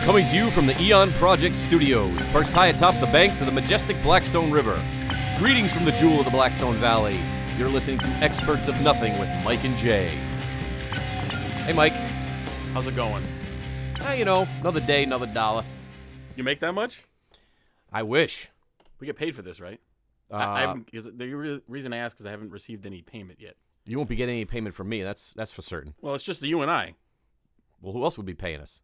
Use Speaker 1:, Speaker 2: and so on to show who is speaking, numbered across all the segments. Speaker 1: coming to you from the Eon Project Studios, perched high atop the banks of the majestic Blackstone River. Greetings from the jewel of the Blackstone Valley. You're listening to Experts of Nothing with Mike and Jay. Hey, Mike.
Speaker 2: How's it going?
Speaker 1: Ah, you know, another day, another dollar.
Speaker 2: You make that much?
Speaker 1: I wish.
Speaker 2: We get paid for this, right?
Speaker 1: Uh,
Speaker 2: I, I haven't. Cause the re- reason I ask is I haven't received any payment yet.
Speaker 1: you won't be getting any payment from me. That's that's for certain.
Speaker 2: Well, it's just you and I.
Speaker 1: Well, who else would be paying us?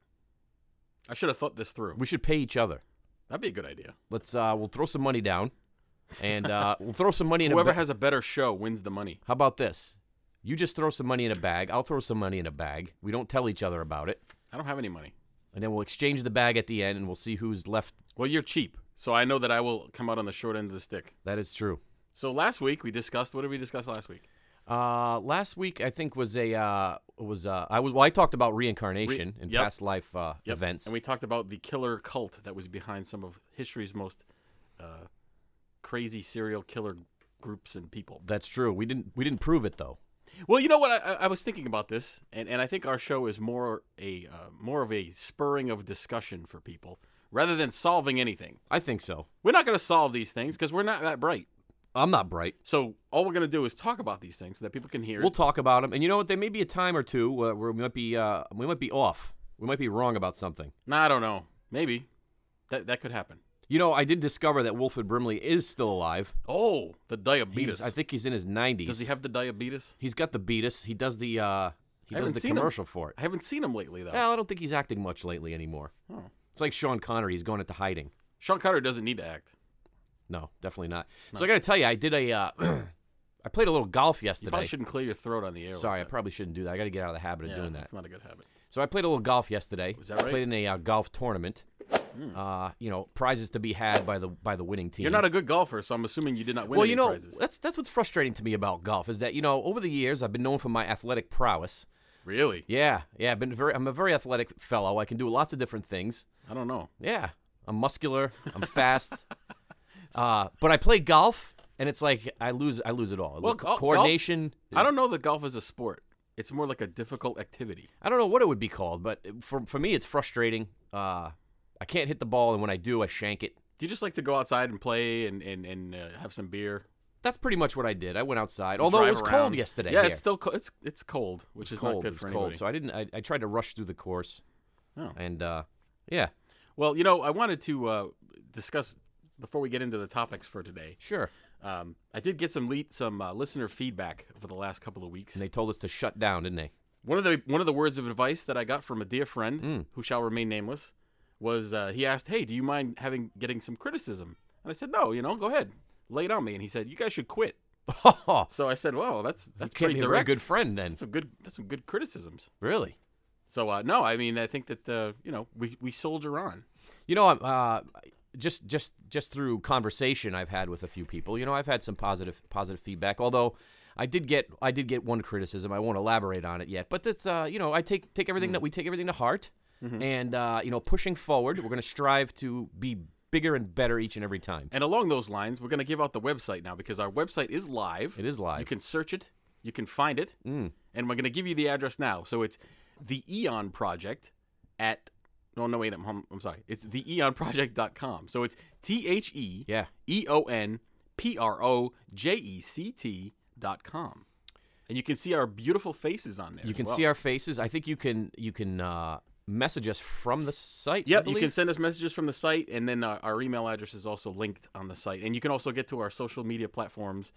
Speaker 2: I should have thought this through.
Speaker 1: We should pay each other.
Speaker 2: That'd be a good idea.
Speaker 1: Let's. uh We'll throw some money down, and uh we'll throw some money in. a
Speaker 2: Whoever
Speaker 1: ba-
Speaker 2: has a better show wins the money.
Speaker 1: How about this? You just throw some money in a bag. I'll throw some money in a bag. We don't tell each other about it.
Speaker 2: I don't have any money.
Speaker 1: And then we'll exchange the bag at the end and we'll see who's left.
Speaker 2: Well, you're cheap, so I know that I will come out on the short end of the stick.
Speaker 1: That is true.
Speaker 2: So last week we discussed. What did we discuss last week?
Speaker 1: Uh, last week I think was a uh, was uh, I was well I talked about reincarnation and
Speaker 2: yep.
Speaker 1: past life uh,
Speaker 2: Yep.
Speaker 1: events.
Speaker 2: And we talked about the killer cult that was behind some of history's most uh, crazy serial killer groups and people.
Speaker 1: That's true. We didn't we didn't prove it though.
Speaker 2: Well, you know what? I, I- I was thinking about this, and, and I think our show is more a uh, more of a spurring of discussion for people rather than solving anything.
Speaker 1: I think so.
Speaker 2: We're not going to solve these things because we're not that bright.
Speaker 1: I'm not bright.
Speaker 2: So all we're going to do is talk about these things so that people can hear.
Speaker 1: We'll
Speaker 2: it.
Speaker 1: talk about them. And you know what? There may be a time or two where where we might be uh, we might be off. We might be wrong about something.
Speaker 2: Nah, I don't know. Maybe that that could happen.
Speaker 1: You know, I did discover that Wilfred Brimley is still alive.
Speaker 2: Oh, the diabetes.
Speaker 1: He's, I think he's in his 90s.
Speaker 2: Does he have the diabetes?
Speaker 1: He's got the beatus. He does the uh, he does
Speaker 2: I haven't
Speaker 1: the
Speaker 2: seen him.
Speaker 1: commercial for it.
Speaker 2: I haven't seen him lately though.
Speaker 1: Well, I don't think he's acting much lately anymore.
Speaker 2: Oh.
Speaker 1: It's like Sean Connery. He's gone into hiding.
Speaker 2: Sean Connery doesn't need to act.
Speaker 1: No, definitely not. So I got to tell you, I did a, uh, I played a little golf
Speaker 2: You probably
Speaker 1: yesterday.
Speaker 2: shouldn't clear your throat on the air.
Speaker 1: Sorry, I
Speaker 2: like
Speaker 1: probably shouldn't do that. I got to get out of the habit
Speaker 2: that.
Speaker 1: of
Speaker 2: yeah,
Speaker 1: doing that.
Speaker 2: It's not a good habit.
Speaker 1: So I played a little golf yesterday.
Speaker 2: Was that Hmm.
Speaker 1: I played in a uh, golf tournament. Uh, you know, prizes to be had by the by the winning team.
Speaker 2: You're not a good golfer, so I'm assuming you did not win
Speaker 1: well,
Speaker 2: any
Speaker 1: you know,
Speaker 2: prizes.
Speaker 1: that's that's what's frustrating to me about golf is that you know over the years I've been known for my athletic prowess.
Speaker 2: Really?
Speaker 1: Yeah, yeah, I've been very. I'm a very athletic fellow. I can do lots of different things.
Speaker 2: I don't know.
Speaker 1: Yeah, I'm muscular. I'm fast. uh, but I play golf, and it's like I lose. I lose it all.
Speaker 2: Well,
Speaker 1: Co-
Speaker 2: gol- golf-
Speaker 1: coordination.
Speaker 2: I don't know that golf is a sport. It's more like a difficult activity.
Speaker 1: I don't know what it would be called, but for for me, it's frustrating. Uh, I can't hit the ball, and when I do, I shank it.
Speaker 2: Do you just like to go outside and play and and, and uh, have some beer?
Speaker 1: That's pretty much what I did. I went outside, although it
Speaker 2: drive
Speaker 1: was
Speaker 2: around?
Speaker 1: cold yesterday.
Speaker 2: Yeah,
Speaker 1: here.
Speaker 2: it's still cold. It's it's cold, which is
Speaker 1: cold.
Speaker 2: not
Speaker 1: it
Speaker 2: good
Speaker 1: was
Speaker 2: for
Speaker 1: cold,
Speaker 2: anybody.
Speaker 1: so I didn't. I, I tried to rush through the course,
Speaker 2: Oh.
Speaker 1: and uh, yeah,
Speaker 2: Well, you know, I wanted to uh, discuss before we get into the topics for today.
Speaker 1: sure.
Speaker 2: Um, I did get some lead, some uh, listener feedback over the last couple of weeks.
Speaker 1: And they told us to shut down, didn't they?
Speaker 2: One of the one of the words of advice that I got from a dear friend
Speaker 1: Hmm.
Speaker 2: who shall remain nameless was uh, he asked, "Hey, do you mind having getting some criticism?" And I said, "No, you know, go ahead, lay it on me." And he said, "You guys should quit."
Speaker 1: Oh,
Speaker 2: So I said, "Well, that's that's
Speaker 1: can't
Speaker 2: pretty
Speaker 1: be a very
Speaker 2: direct.
Speaker 1: good friend then.
Speaker 2: That's some good that's some good criticisms."
Speaker 1: Really.
Speaker 2: So uh, no, I mean, I think that uh, you know we we soldier on.
Speaker 1: You know, I'm, uh, just just just through conversation I've had with a few people, you know, I've had some positive positive feedback. Although I did get I did get one criticism. I won't elaborate on it yet, but that's uh, you know, I take take everything that
Speaker 2: Mm-hmm.
Speaker 1: we take everything to heart, and uh, you know, pushing forward, we're going to strive to be bigger and better each and every time.
Speaker 2: And along those lines, we're going to give out the website now because our website is live.
Speaker 1: It is
Speaker 2: You
Speaker 1: live. Mm.
Speaker 2: can search it, you can find it, and we're going to give you the address now. So it's the Eon Project at. No, no, wait, I'm, I'm, I'm sorry. It's the eonproject.com. So it's T H E
Speaker 1: yeah,
Speaker 2: E O N P R O J E C T dot com. And you can see our beautiful faces on there.
Speaker 1: you can see our faces. I think you can you can uh, message us from the site. I
Speaker 2: Yep, you
Speaker 1: believe.
Speaker 2: can send us messages from the site, and then uh, our email address is also linked on the site. And you can also get to our social media platforms,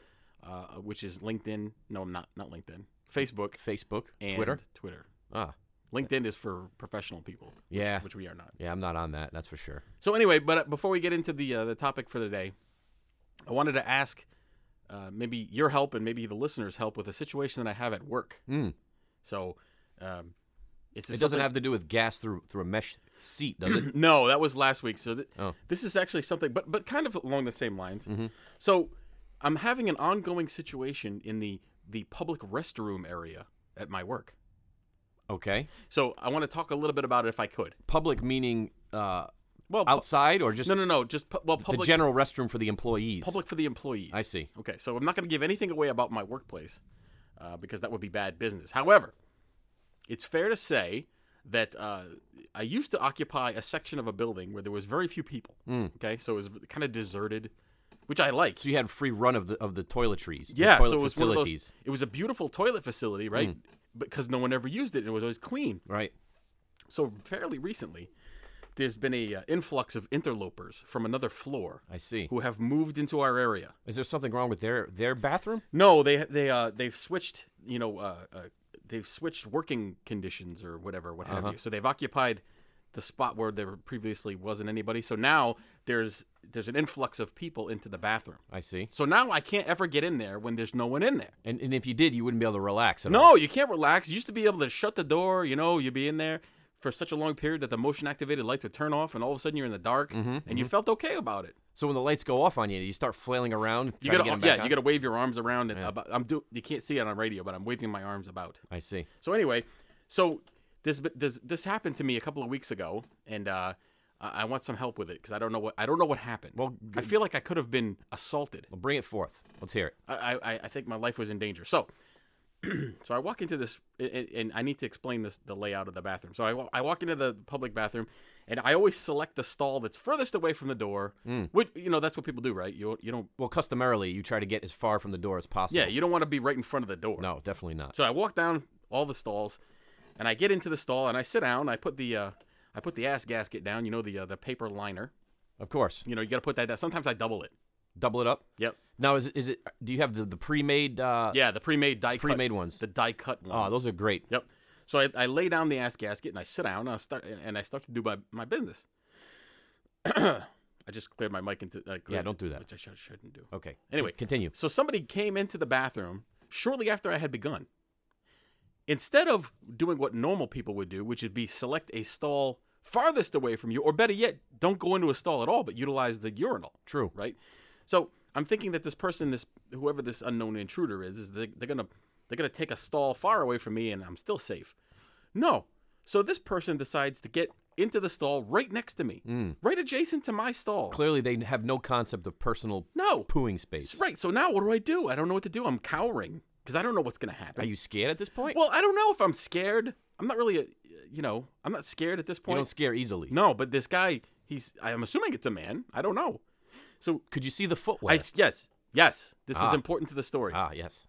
Speaker 2: uh, which is LinkedIn. No, not not LinkedIn. Facebook
Speaker 1: Facebook,
Speaker 2: and
Speaker 1: Twitter.
Speaker 2: Twitter.
Speaker 1: Ah,
Speaker 2: LinkedIn is for professional people. which-
Speaker 1: Yeah.
Speaker 2: which we are not.
Speaker 1: yeah, I'm not on that. That's for sure.
Speaker 2: So anyway, but uh, before we get into the uh, the topic for the day, I wanted to ask uh, maybe your help and maybe the listeners' help with a situation that I have at work.
Speaker 1: Mm.
Speaker 2: So um, it's
Speaker 1: It doesn't have to do with gas through through a mesh seat, does it?
Speaker 2: No, that was last week. So th-
Speaker 1: Oh. Mm-hmm.
Speaker 2: this is actually something, but but kind of along the same lines. So I'm having an ongoing situation in the the public restroom area at my work.
Speaker 1: Okay.
Speaker 2: So I want to talk a little bit about it if I could.
Speaker 1: Public meaning uh,
Speaker 2: Well, pu-
Speaker 1: outside or just
Speaker 2: no, no, no, just pu- well,
Speaker 1: the
Speaker 2: public
Speaker 1: general restroom for the employees?
Speaker 2: public for the employees.
Speaker 1: I see.
Speaker 2: Okay, so I'm not going to give anything away about my workplace uh, because that would be bad business. However, it's fair to say that uh, I used to occupy a section of a building where there was very few people.
Speaker 1: Hmm.
Speaker 2: Okay, so it was kind of deserted, which I liked.
Speaker 1: So you had free run of the of the toiletries. the
Speaker 2: yeah,
Speaker 1: toilet
Speaker 2: so it was
Speaker 1: facilities. Hmm.
Speaker 2: one of those. It was a beautiful toilet facility, right? Because no one ever used it, and it was always clean.
Speaker 1: Right.
Speaker 2: So fairly recently, there's been a uh, influx of interlopers from another floor
Speaker 1: I see.
Speaker 2: who have moved into our area.
Speaker 1: Is there something wrong with their their bathroom?
Speaker 2: No, they they uh they've switched. You know, uh, uh they've switched working conditions or whatever, what
Speaker 1: Uh-huh.
Speaker 2: have you. So they've occupied the spot where there previously wasn't anybody. So now there's there's an influx of people into the bathroom.
Speaker 1: I see.
Speaker 2: So now I can't ever get in there when there's no one in there.
Speaker 1: And and if you did, you wouldn't be able to relax at all.
Speaker 2: No, you can't relax. You used to be able to shut the door. You know, you'd be in there for such a long period that the motion activated lights would turn off, and all of a sudden you're in the dark,
Speaker 1: Mm-hmm,
Speaker 2: and you felt okay about it.
Speaker 1: So when the lights go off on you, you start flailing around.
Speaker 2: You
Speaker 1: trying to
Speaker 2: gotta, uh,
Speaker 1: get 'em back
Speaker 2: yeah,
Speaker 1: on?
Speaker 2: you gotta wave your arms around. And about, I'm do. You can't see it on radio, but I'm waving my arms about.
Speaker 1: I see.
Speaker 2: So anyway, so this this this happened to me a couple of weeks ago, and uh, I I want some help with it because I don't know what I don't know what happened.
Speaker 1: Well,
Speaker 2: I feel like I could have been assaulted.
Speaker 1: Well, bring it forth. Let's hear it.
Speaker 2: I, I, I think my life was in danger. So, so I walk into this, and, and I need to explain this the layout of the bathroom. So I, wa- I walk into the public bathroom, and I always select the stall that's furthest away from the door. Which you know that's what people do, right? You you don't
Speaker 1: Well, customarily, you try to get as far from the door as possible.
Speaker 2: yeah you don't want to be right in front of the door.
Speaker 1: No, definitely not.
Speaker 2: So I walk down all the stalls, and I get into the stall and I sit down. I put the uh, I put the ass gasket down. You know the uh, the paper liner.
Speaker 1: Of course.
Speaker 2: You know you got to put that down. Sometimes I double it.
Speaker 1: Double it up.
Speaker 2: Yep.
Speaker 1: Now, is it, is it? Do you have the the pre-made? Uh,
Speaker 2: Yeah, the pre-made die
Speaker 1: Pre-made
Speaker 2: cut,
Speaker 1: ones.
Speaker 2: The die cut ones.
Speaker 1: Oh, those are great.
Speaker 2: Yep. So I, I lay down the ass gasket and I sit down and I start and I start to do my, my business. I just cleared my mic into I cleared-
Speaker 1: don't do that.
Speaker 2: which I should, shouldn't do.
Speaker 1: Okay.
Speaker 2: Anyway.
Speaker 1: continue.
Speaker 2: So somebody came into the bathroom shortly after I had begun. Instead of doing what normal people would do, which would be select a stall farthest away from you, or better yet, don't go into a stall at all, but utilize the urinal,
Speaker 1: True.
Speaker 2: right? So I'm thinking that this person, this whoever this unknown intruder is, is they, they're gonna they're gonna take a stall far away from me, and I'm still safe. No. So this person decides to get into the stall right next to me, right adjacent to my stall.
Speaker 1: Clearly, they have no concept of personal
Speaker 2: No.
Speaker 1: pooing space.
Speaker 2: Right. So now what do I do? I don't know what to do. I'm cowering because I don't know what's going to happen.
Speaker 1: Are you scared at this point?
Speaker 2: well, I don't know if I'm scared. I'm not really, a, you know, I'm not scared at this
Speaker 1: you
Speaker 2: point.
Speaker 1: don't scare easily.
Speaker 2: no, but this guy, he's. I'm assuming it's a man. I don't know. So
Speaker 1: Could you see the footwear?
Speaker 2: I yes yes this is important to the story.
Speaker 1: ah, yes.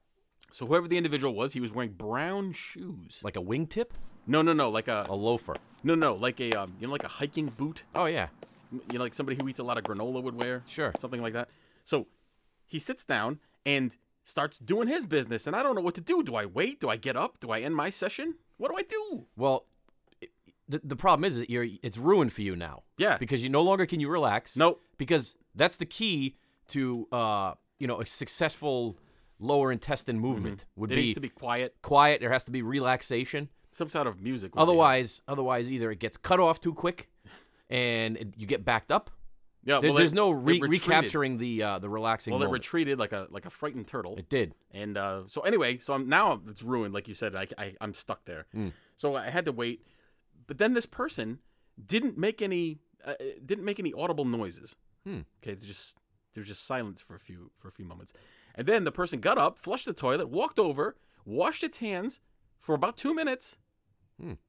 Speaker 2: So whoever the individual was, he was wearing brown shoes.
Speaker 1: Like a wingtip,
Speaker 2: No no no like a
Speaker 1: a loafer.
Speaker 2: no no like a um, you know like a hiking boot.
Speaker 1: Oh yeah.
Speaker 2: you know, like somebody who eats a lot of granola would wear.
Speaker 1: Sure.
Speaker 2: Something like that. So he sits down and starts doing his business, and I don't know what to do. Do I wait? Do I get up? Do I end my session? What do I do?
Speaker 1: Well, it- the, the problem is that you're it's ruined for you now.
Speaker 2: Yeah.
Speaker 1: Because you no longer can you relax.
Speaker 2: Nope.
Speaker 1: Because that's the key to uh you know a successful lower intestine movement would
Speaker 2: There
Speaker 1: be,
Speaker 2: Mm-hmm. needs to be quiet,
Speaker 1: quiet. There has to be relaxation.
Speaker 2: some sort of music. would be-
Speaker 1: Otherwise, otherwise either it gets cut off too quick, and it, you get backed up.
Speaker 2: yeah,
Speaker 1: There-
Speaker 2: well,
Speaker 1: there's
Speaker 2: they-
Speaker 1: no
Speaker 2: they
Speaker 1: re-
Speaker 2: retreated.
Speaker 1: recapturing the uh, the relaxing.
Speaker 2: Well, they
Speaker 1: moment.
Speaker 2: retreated like a like a frightened turtle.
Speaker 1: it did.
Speaker 2: And uh, so anyway, so I'm now it's ruined, like you said. I, I I'm stuck there. So I had to wait, but then this person didn't make any uh, uh, didn't make any audible noises. Okay, it's just there's just silence for a few for a few moments, and then the person got up, flushed the toilet, walked over, washed its hands for about two minutes,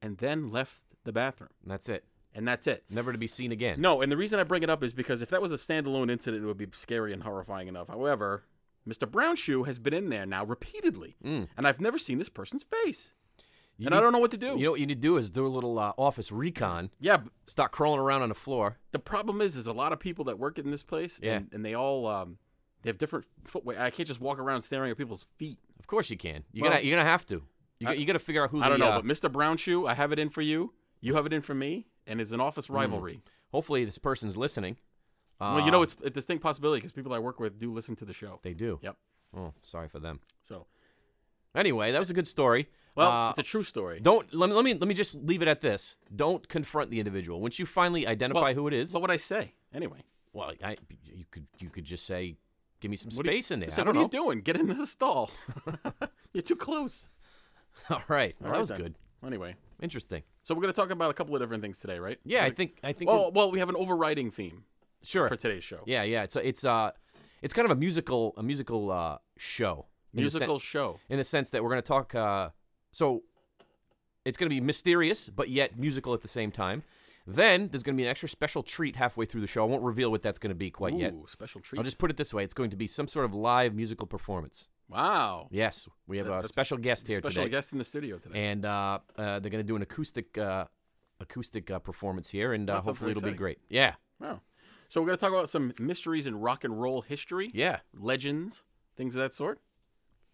Speaker 2: and then left the bathroom,
Speaker 1: And that's it.
Speaker 2: and that's it.
Speaker 1: Never to be seen again.
Speaker 2: No, and the reason I bring it up is because if that was a standalone incident, it would be scary and horrifying enough. However, Mr. Brown Shoe has been in there now repeatedly, and I've never seen this person's face,
Speaker 1: Mm. You
Speaker 2: and I
Speaker 1: need-
Speaker 2: don't know what to do.
Speaker 1: You know what you need to do is do a little uh, office recon.
Speaker 2: yeah, but
Speaker 1: Start crawling around on the floor.
Speaker 2: the problem is, is a lot of people that work in this place,
Speaker 1: Yeah.
Speaker 2: and, and they all um, they have different footwear. I can't just walk around staring at people's feet.
Speaker 1: Of course you can. You're
Speaker 2: Well,
Speaker 1: gonna you're gonna have to. You, got- you got to figure out who.
Speaker 2: I don't
Speaker 1: the,
Speaker 2: know,
Speaker 1: uh,
Speaker 2: but Mr. Brown Shoe, I have it in for you. You have it in for me, and it's an
Speaker 1: Mm.
Speaker 2: office rivalry.
Speaker 1: hopefully this person's listening. Uh,
Speaker 2: Well, you know, it's a distinct possibility because people I work with do listen to the show.
Speaker 1: they do.
Speaker 2: Yep.
Speaker 1: Oh, sorry for them.
Speaker 2: So,
Speaker 1: Anyway, that was a good story.
Speaker 2: well,
Speaker 1: Uh,
Speaker 2: it's a true story.
Speaker 1: don't let me, let me let me just leave it at this. Don't confront the individual. Once you finally identify
Speaker 2: Well,
Speaker 1: who it is,
Speaker 2: What would I say anyway?
Speaker 1: well, I, you could you could just say, "Give me some
Speaker 2: do you-
Speaker 1: space in there." I
Speaker 2: So what
Speaker 1: don't
Speaker 2: are
Speaker 1: know.
Speaker 2: you doing? Get into the stall. You're too close.
Speaker 1: All right. Well, that
Speaker 2: Alright
Speaker 1: was
Speaker 2: then.
Speaker 1: good.
Speaker 2: Anyway,
Speaker 1: Interesting.
Speaker 2: so we're going to talk about a couple of different things today, right?
Speaker 1: Yeah, I think I think
Speaker 2: Well, well, we have an overriding theme
Speaker 1: we're- sure.
Speaker 2: for today's show.
Speaker 1: Yeah, yeah. It's a, it's uh it's kind of a musical a musical uh show. in the sen-
Speaker 2: Musical show.
Speaker 1: in the sense that we're going to talk uh so It's going to be mysterious, but yet musical at the same time. Then there's going to be an extra special treat halfway through the show. I won't reveal what that's going to be quite yet.
Speaker 2: Ooh, special treat.
Speaker 1: I'll just put it this way: it's going to be some sort of live musical performance.
Speaker 2: wow.
Speaker 1: Yes, we have a
Speaker 2: that's
Speaker 1: special guest here
Speaker 2: Special
Speaker 1: today,
Speaker 2: guest in the studio today.
Speaker 1: and uh, uh, they're going to do an acoustic uh, acoustic uh, performance here, and uh,
Speaker 2: That sounds
Speaker 1: hopefully
Speaker 2: very
Speaker 1: it'll be
Speaker 2: exciting.
Speaker 1: great. Yeah,
Speaker 2: wow. So we're going to talk about some mysteries in rock and roll history,
Speaker 1: yeah,
Speaker 2: legends, things of that sort.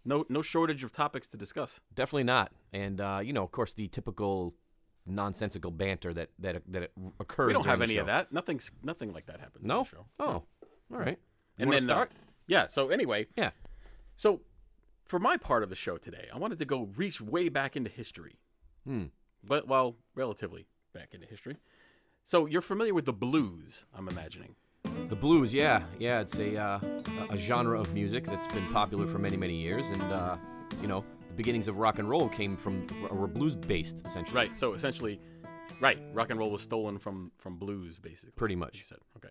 Speaker 2: No, no shortage of topics to discuss.
Speaker 1: definitely not. And uh, you know, of course, the typical nonsensical banter that that that occurs.
Speaker 2: We don't have
Speaker 1: during the
Speaker 2: any of
Speaker 1: show.
Speaker 2: that. Nothing's nothing like that happens.
Speaker 1: No.
Speaker 2: on the show.
Speaker 1: Oh, all right.
Speaker 2: And then uh,
Speaker 1: start.
Speaker 2: yeah. So anyway,
Speaker 1: yeah.
Speaker 2: so for my part of the show today, I wanted to go reach way back into history.
Speaker 1: Hmm.
Speaker 2: But well, relatively back into history. So you're familiar with the blues, I'm imagining.
Speaker 1: The blues, yeah, yeah, it's a uh, a genre of music that's been popular for many, many years, and uh, you know, the beginnings of rock and roll came from were blues based essentially.
Speaker 2: Right. So essentially, right, rock and roll was stolen from from blues, basically.
Speaker 1: Pretty
Speaker 2: as you
Speaker 1: much.
Speaker 2: said. Okay.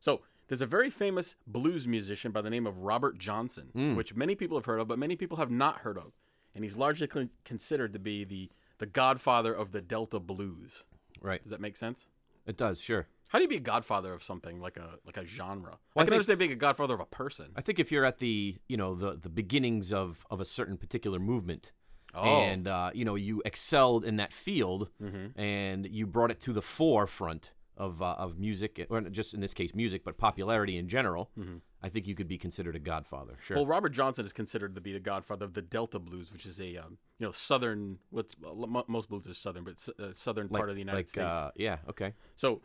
Speaker 2: So there's a very famous blues musician by the name of Robert Johnson,
Speaker 1: Hmm.
Speaker 2: which many people have heard of, but many people have not heard of, and he's largely con- considered to be the the godfather of the Delta blues.
Speaker 1: Right.
Speaker 2: Does that make sense?
Speaker 1: It does, sure.
Speaker 2: How do you be a godfather of something like a like a genre?
Speaker 1: Well, I
Speaker 2: I can
Speaker 1: think-
Speaker 2: understand being a godfather of a person.
Speaker 1: I think if you're at the you know the the beginnings of of a certain particular movement.
Speaker 2: Oh. Mm-hmm.
Speaker 1: And uh, you know you excelled in that field, and you brought it to the forefront of uh, of music, or just in this case music, but popularity in general.
Speaker 2: Mm-hmm.
Speaker 1: I think you could be considered a godfather. Sure.
Speaker 2: Well, Robert Johnson is considered to be the godfather of the Delta blues, which is a um, you know southern. What's mo- most blues are southern, but s- uh, southern part of the United
Speaker 1: like,
Speaker 2: States.
Speaker 1: Uh, yeah. Okay.
Speaker 2: So,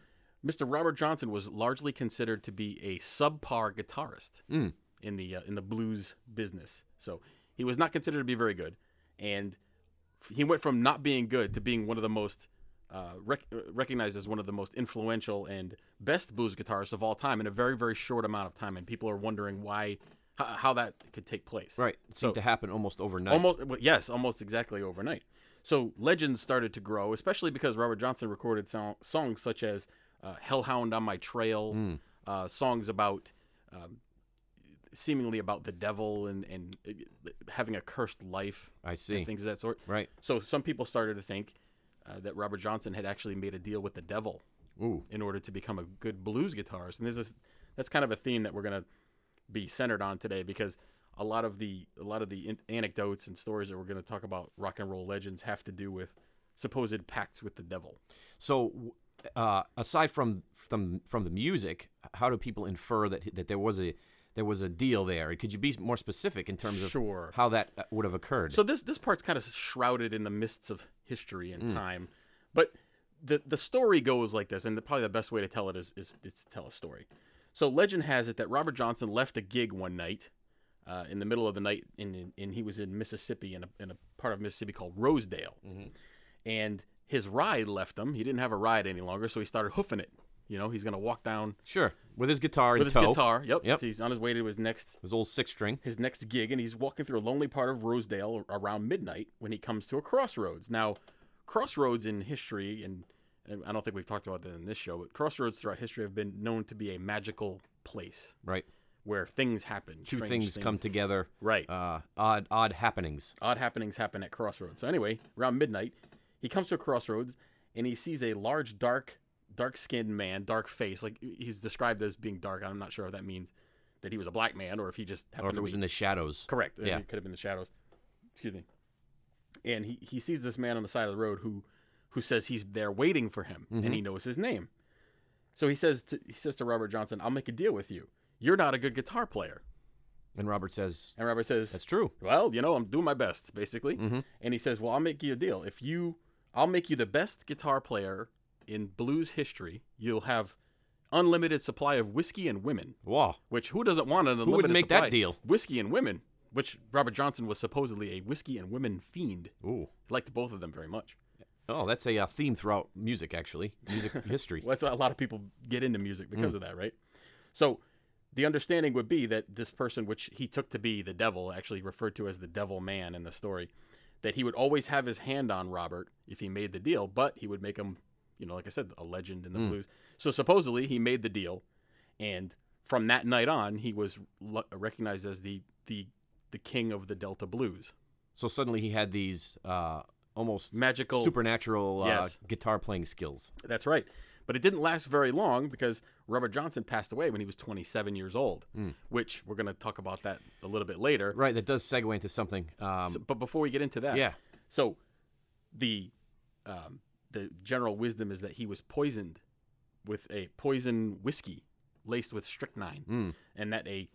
Speaker 2: Mr. Robert Johnson was largely considered to be a subpar guitarist in the uh, in the blues business. So he was not considered to be very good, and f- he went from not being good to being one of the most uh, rec- uh, recognized as one of the most influential and best blues guitarists of all time in a very very short amount of time. And people are wondering why h- how that could take place.
Speaker 1: Right. It seemed
Speaker 2: So-
Speaker 1: to happen almost overnight.
Speaker 2: Almost well, yes, almost exactly overnight. So legends started to grow, especially because Robert Johnson recorded song, songs such as uh, "Hellhound on My Trail,"
Speaker 1: Hmm.
Speaker 2: uh, songs about um, seemingly about the devil and and uh, having a cursed life,
Speaker 1: I see.
Speaker 2: things of that sort.
Speaker 1: right.
Speaker 2: So some people started to think uh, that Robert Johnson had actually made a deal with the devil
Speaker 1: Ooh.
Speaker 2: in order to become a good blues guitarist. And this is that's kind of a theme that we're gonna be centered on today because a lot of the a lot of the in- anecdotes and stories that we're gonna talk about rock and roll legends have to do with supposed pacts with the devil.
Speaker 1: So, w- uh, aside from from from the music, how do people infer that that there was a there was a deal there? Could you be more specific in terms of
Speaker 2: Sure.
Speaker 1: how that uh, would have occurred?
Speaker 2: So this this part's kind of shrouded in the mists of history and time, but the the story goes like this, and the, probably the best way to tell it is, is is to tell a story. So legend has it that Robert Johnson left a gig one night, uh, in the middle of the night, in, in, in he was in Mississippi in a, in a part of Mississippi called Rosedale, and his ride left him. He didn't have a ride any longer, so he started hoofing it. You know, he's gonna walk down
Speaker 1: sure, with his guitar in
Speaker 2: with his
Speaker 1: tow,
Speaker 2: guitar. Yep,
Speaker 1: Yep.
Speaker 2: So he's on his way to his next
Speaker 1: his old six string.
Speaker 2: his next gig and he's walking through a lonely part of Rosedale around midnight when he comes to a crossroads. Now, crossroads in history, and, and I don't think we've talked about that in this show, but crossroads throughout history have been known to be a magical place
Speaker 1: Right,
Speaker 2: where things happen.
Speaker 1: two
Speaker 2: strange
Speaker 1: things, come together.
Speaker 2: Right.
Speaker 1: Uh, odd odd happenings.
Speaker 2: Odd happenings happen at crossroads. So, anyway, around midnight, he comes to a crossroads and he sees a large, dark, dark skinned man, dark face. Like he's described as being dark. I'm not sure if that means that he was a black man or if he just happened
Speaker 1: Or if
Speaker 2: to
Speaker 1: it was
Speaker 2: be
Speaker 1: in the shadows.
Speaker 2: Correct.
Speaker 1: Yeah.
Speaker 2: It could have been the shadows. Excuse me. And he, he sees this man on the side of the road who who says he's there waiting for him and
Speaker 1: Mm-hmm.
Speaker 2: he knows his name. So he says to, he says to Robert Johnson, "I'll make a deal with you. You're not a good guitar player."
Speaker 1: And Robert says,
Speaker 2: And Robert says,
Speaker 1: "That's Mm-hmm. true."
Speaker 2: "Well, you know, I'm doing my best, basically." And he says, "Well, I'll make you a deal. If you I'll make you the best guitar player in blues history. You'll have unlimited supply of whiskey and women."
Speaker 1: Wow.
Speaker 2: Which who doesn't want an unlimited
Speaker 1: would make that
Speaker 2: supply?
Speaker 1: deal?
Speaker 2: Whiskey and women. Which Robert Johnson was supposedly a whiskey and women fiend.
Speaker 1: Ooh.
Speaker 2: He liked both of them very much.
Speaker 1: Oh, that's a uh, theme throughout music, actually, music history.
Speaker 2: Well, that's why a lot of people get into music because of that, right? So the understanding would be that this person, which he took to be the devil, actually referred to as the devil man in the story, that he would always have his hand on Robert if he made the deal, but he would make him, you know, like I said, a legend in the blues. So supposedly he made the deal, and from that night on, he was lo- recognized as the the the king of the Delta blues.
Speaker 1: So suddenly he had these uh, almost
Speaker 2: Magical-
Speaker 1: supernatural uh,
Speaker 2: Yes.
Speaker 1: guitar playing skills.
Speaker 2: That's right. But it didn't last very long because Robert Johnson passed away when he was 27 years old, which we're going to talk about that a little bit later.
Speaker 1: Right, that does segue into something. Um,
Speaker 2: So- but before we get into that,
Speaker 1: yeah,
Speaker 2: So the um, the general wisdom is that he was poisoned with a poison whiskey laced with strychnine, and that a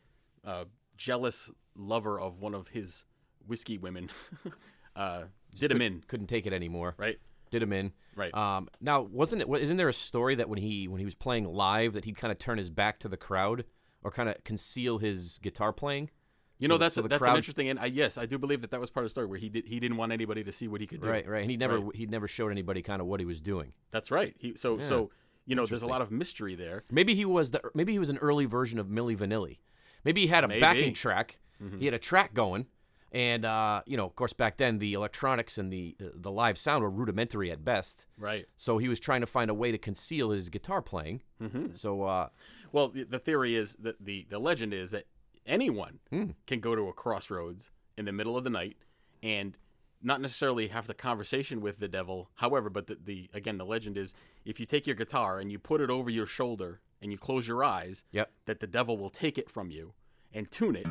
Speaker 2: uh, jealous lover of one of his whiskey women uh, did him in.
Speaker 1: couldn't take it anymore.
Speaker 2: Right.
Speaker 1: Did him in.
Speaker 2: Right.
Speaker 1: Um, now, wasn't it? wa- Isn't there a story that when he when he was playing live, that he'd kind of turn his back to the crowd or kind of conceal his guitar playing?
Speaker 2: You know
Speaker 1: So the-
Speaker 2: that's
Speaker 1: so the
Speaker 2: that's
Speaker 1: crowd-
Speaker 2: an interesting and I, yes I do believe that that was part of the story where he did he didn't want anybody to see what he could do.
Speaker 1: Right, right. And he never he never showed anybody kind of what he was doing.
Speaker 2: That's right. He so so you know there's a lot of mystery there.
Speaker 1: Maybe he was the maybe he was an early version of Milli Vanilli. Maybe he had a
Speaker 2: Maybe. Mm-hmm.
Speaker 1: backing track. He had a track going, and uh, you know, of course, back then the electronics and the uh, the live sound were rudimentary at best.
Speaker 2: Right.
Speaker 1: So he was trying to find a way to conceal his guitar playing. Mm-hmm. So uh,
Speaker 2: Well, the, the theory is that the, the legend is that anyone
Speaker 1: Hmm.
Speaker 2: can go to a crossroads in the middle of the night and not necessarily have the conversation with the devil. However, but the, the again, the legend is if you take your guitar and you put it over your shoulder and you close your eyes,
Speaker 1: Yep.
Speaker 2: that the devil will take it from you and tune it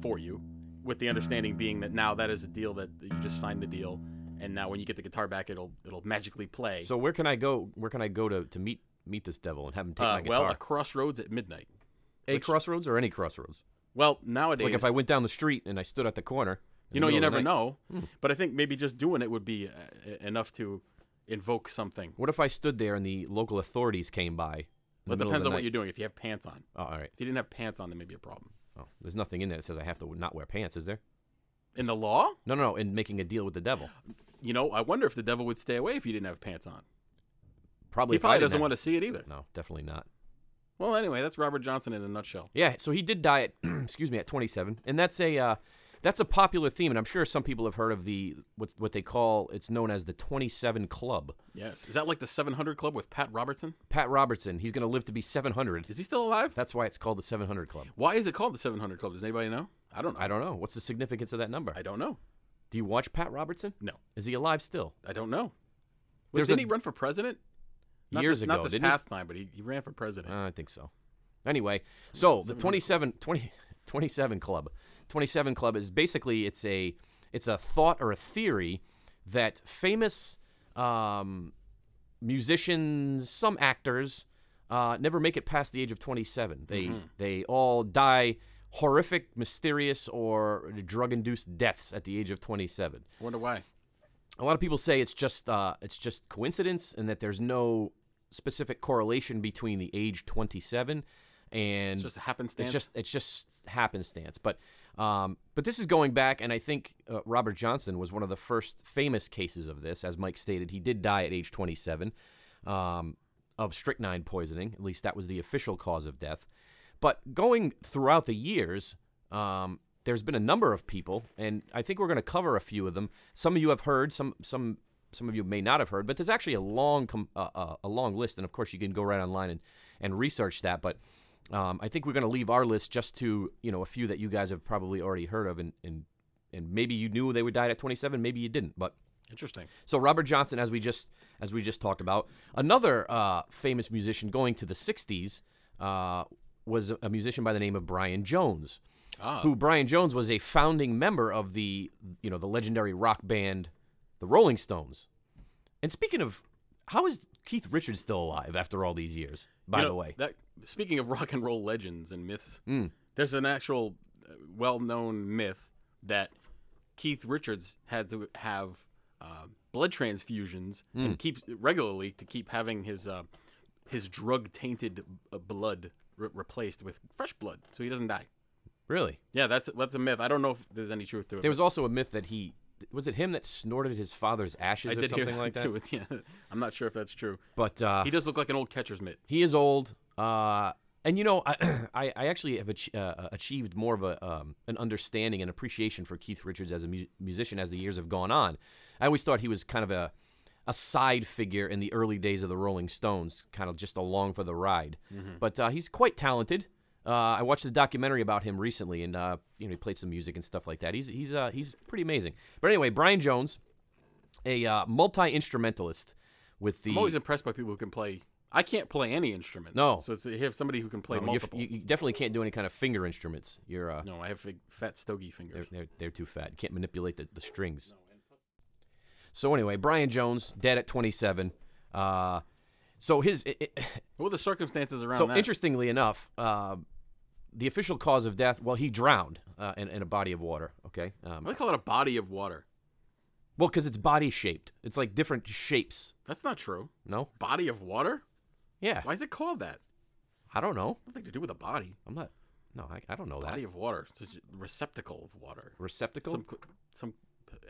Speaker 2: for you, with the understanding being that now that is a deal that you just signed the deal, and now when you get the guitar back, it'll it'll magically play.
Speaker 1: so where can I go? Where can I go to, to meet meet this devil and have him take
Speaker 2: uh,
Speaker 1: my guitar?
Speaker 2: well, a crossroads at midnight.
Speaker 1: a crossroads or any crossroads?
Speaker 2: Well, nowadays,
Speaker 1: Like if I went down the street and I stood at the corner. in
Speaker 2: You
Speaker 1: the
Speaker 2: know, you
Speaker 1: middle of
Speaker 2: never
Speaker 1: the night, Hmm.
Speaker 2: know. But I think maybe just doing it would be uh, enough to invoke something.
Speaker 1: What if I stood there and the local authorities came by? in the
Speaker 2: It
Speaker 1: middle of
Speaker 2: depends
Speaker 1: the
Speaker 2: on what
Speaker 1: night?
Speaker 2: you're doing. If you have pants on,
Speaker 1: Oh, all right.
Speaker 2: if you didn't have pants on, then maybe a problem.
Speaker 1: Oh, there's nothing in there that says I have to not wear pants, is there?
Speaker 2: In the law,
Speaker 1: No, no, no. In making a deal with the devil,
Speaker 2: you know, I wonder if the devil would stay away if you didn't have pants on.
Speaker 1: probably.
Speaker 2: He probably doesn't want to see it either.
Speaker 1: to. No, definitely not.
Speaker 2: Well, anyway, that's Robert Johnson in a nutshell.
Speaker 1: Yeah. So he did die at, excuse me, at 27, and that's a, uh, that's a popular theme, and I'm sure some people have heard of the what's what they call it's known as the 27 Club.
Speaker 2: Yes. Is that like the 700 Club with Pat Robertson?
Speaker 1: Pat Robertson, he's going to live to be 700.
Speaker 2: Is he still alive?
Speaker 1: That's why it's called the 700 Club.
Speaker 2: Why is it called the 700 Club? Does anybody know? I don't know.
Speaker 1: I don't know. What's the significance of that number?
Speaker 2: I don't know.
Speaker 1: Do you watch Pat Robertson?
Speaker 2: No,
Speaker 1: Is he alive still?
Speaker 2: I don't know. Wait,
Speaker 1: There's a-
Speaker 2: didn't he run for president? Not
Speaker 1: Years
Speaker 2: this,
Speaker 1: ago,
Speaker 2: not this
Speaker 1: didn't he?
Speaker 2: past time, but he, he ran for president.
Speaker 1: Uh, I think so. Anyway, so the 27, 20, 27 club, 27 club is basically it's a it's a thought or a theory that famous um, musicians, some actors, uh, never make it past the age of 27. They they all die horrific, mysterious, or drug-induced deaths at the age of 27
Speaker 2: Wonder why.
Speaker 1: a lot of people say it's just uh, it's just coincidence and that there's no specific correlation between the age 27 and
Speaker 2: It's just a happenstance.
Speaker 1: it's just it's just happenstance but um, but this is going back and i think uh, robert johnson was one of the first famous cases of this as mike stated he did die at age 27 um, of strychnine poisoning at least that was the official cause of death but going throughout the years um, there's been a number of people and i think we're going to cover a few of them some of you have heard some some some of you may not have heard, but there's actually a long com- uh, uh, a long list, and of course you can go right online and, and research that. But um, I think we're going to leave our list just to you know a few that you guys have probably already heard of, and and, and maybe you knew they would die at 27, maybe you didn't. But
Speaker 2: Interesting.
Speaker 1: so Robert Johnson, as we just as we just talked about, another uh, famous musician going to the 60s uh, was a musician by the name of Brian Jones,
Speaker 2: Ah.
Speaker 1: who Brian Jones was a founding member of the you know the legendary rock band, the Rolling Stones. And speaking of, how is Keith Richards still alive after all these years? By
Speaker 2: You know,
Speaker 1: the way, Hmm.
Speaker 2: that speaking of rock and roll legends and myths, there's an actual uh, well-known myth that Keith Richards had to have uh, blood transfusions
Speaker 1: Hmm.
Speaker 2: and keep regularly to keep having his uh, his drug-tainted uh, blood re- replaced with fresh blood, so he doesn't die.
Speaker 1: really,
Speaker 2: Yeah, that's that's a myth. I don't know if there's any truth to it.
Speaker 1: there was also a myth that he was it him that snorted his father's ashes
Speaker 2: I
Speaker 1: or
Speaker 2: did hear
Speaker 1: something like that.
Speaker 2: too. Yeah, I'm not sure if that's true.
Speaker 1: But uh,
Speaker 2: He does look like an old catcher's mitt.
Speaker 1: He is old. Uh, and you know, I, I, I actually have ach- uh, achieved more of a um, an understanding and appreciation for Keith Richards as a mu- musician as the years have gone on. I always thought he was kind of a a side figure in the early days of the Rolling Stones, kind of just along for the ride.
Speaker 2: Mm-hmm.
Speaker 1: But uh, he's quite talented. Uh, I watched a documentary about him recently, and uh, you know he played some music and stuff like that. He's he's uh, he's pretty amazing. But anyway, Brian Jones, a uh, multi instrumentalist with the.
Speaker 2: I'm always impressed by people who can play. I can't play any instrument.
Speaker 1: No.
Speaker 2: So it's, you have somebody who can play
Speaker 1: you-
Speaker 2: multiple.
Speaker 1: you, you definitely can't do any kind of finger instruments. You're uh,
Speaker 2: no, I have fig- fat stogie fingers.
Speaker 1: they're, they're, they're too fat. You can't manipulate the, the strings. So anyway, Brian Jones dead at 27. Uh, so his
Speaker 2: What were the circumstances around
Speaker 1: so
Speaker 2: that?
Speaker 1: interestingly enough, uh, the official cause of death. Well, he drowned uh, in, in a body of water. Okay. Um,
Speaker 2: Why do they call it a body of water?
Speaker 1: well, because it's body shaped. It's like different shapes.
Speaker 2: That's not true.
Speaker 1: No.
Speaker 2: Body of water?
Speaker 1: Yeah.
Speaker 2: Why is it called that?
Speaker 1: I don't know.
Speaker 2: Nothing to do with a body.
Speaker 1: I'm not. No, I, I don't know that.
Speaker 2: Body of water. It's just a receptacle of water.
Speaker 1: Receptacle.
Speaker 2: Some, co- some.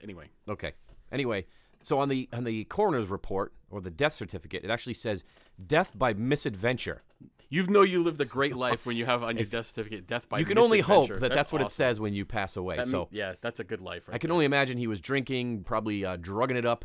Speaker 2: Anyway,
Speaker 1: Okay. Anyway, so on the on the coroner's report or the death certificate, it actually says death by misadventure.
Speaker 2: you know you lived a great life when you have on your death certificate death by.
Speaker 1: you can only hope that
Speaker 2: misadventure.
Speaker 1: that's, what it
Speaker 2: awesome.
Speaker 1: says when you pass away.
Speaker 2: That mean-
Speaker 1: so
Speaker 2: yeah, that's a good life. Right
Speaker 1: I can only imagine he was drinking, probably uh, drugging it up.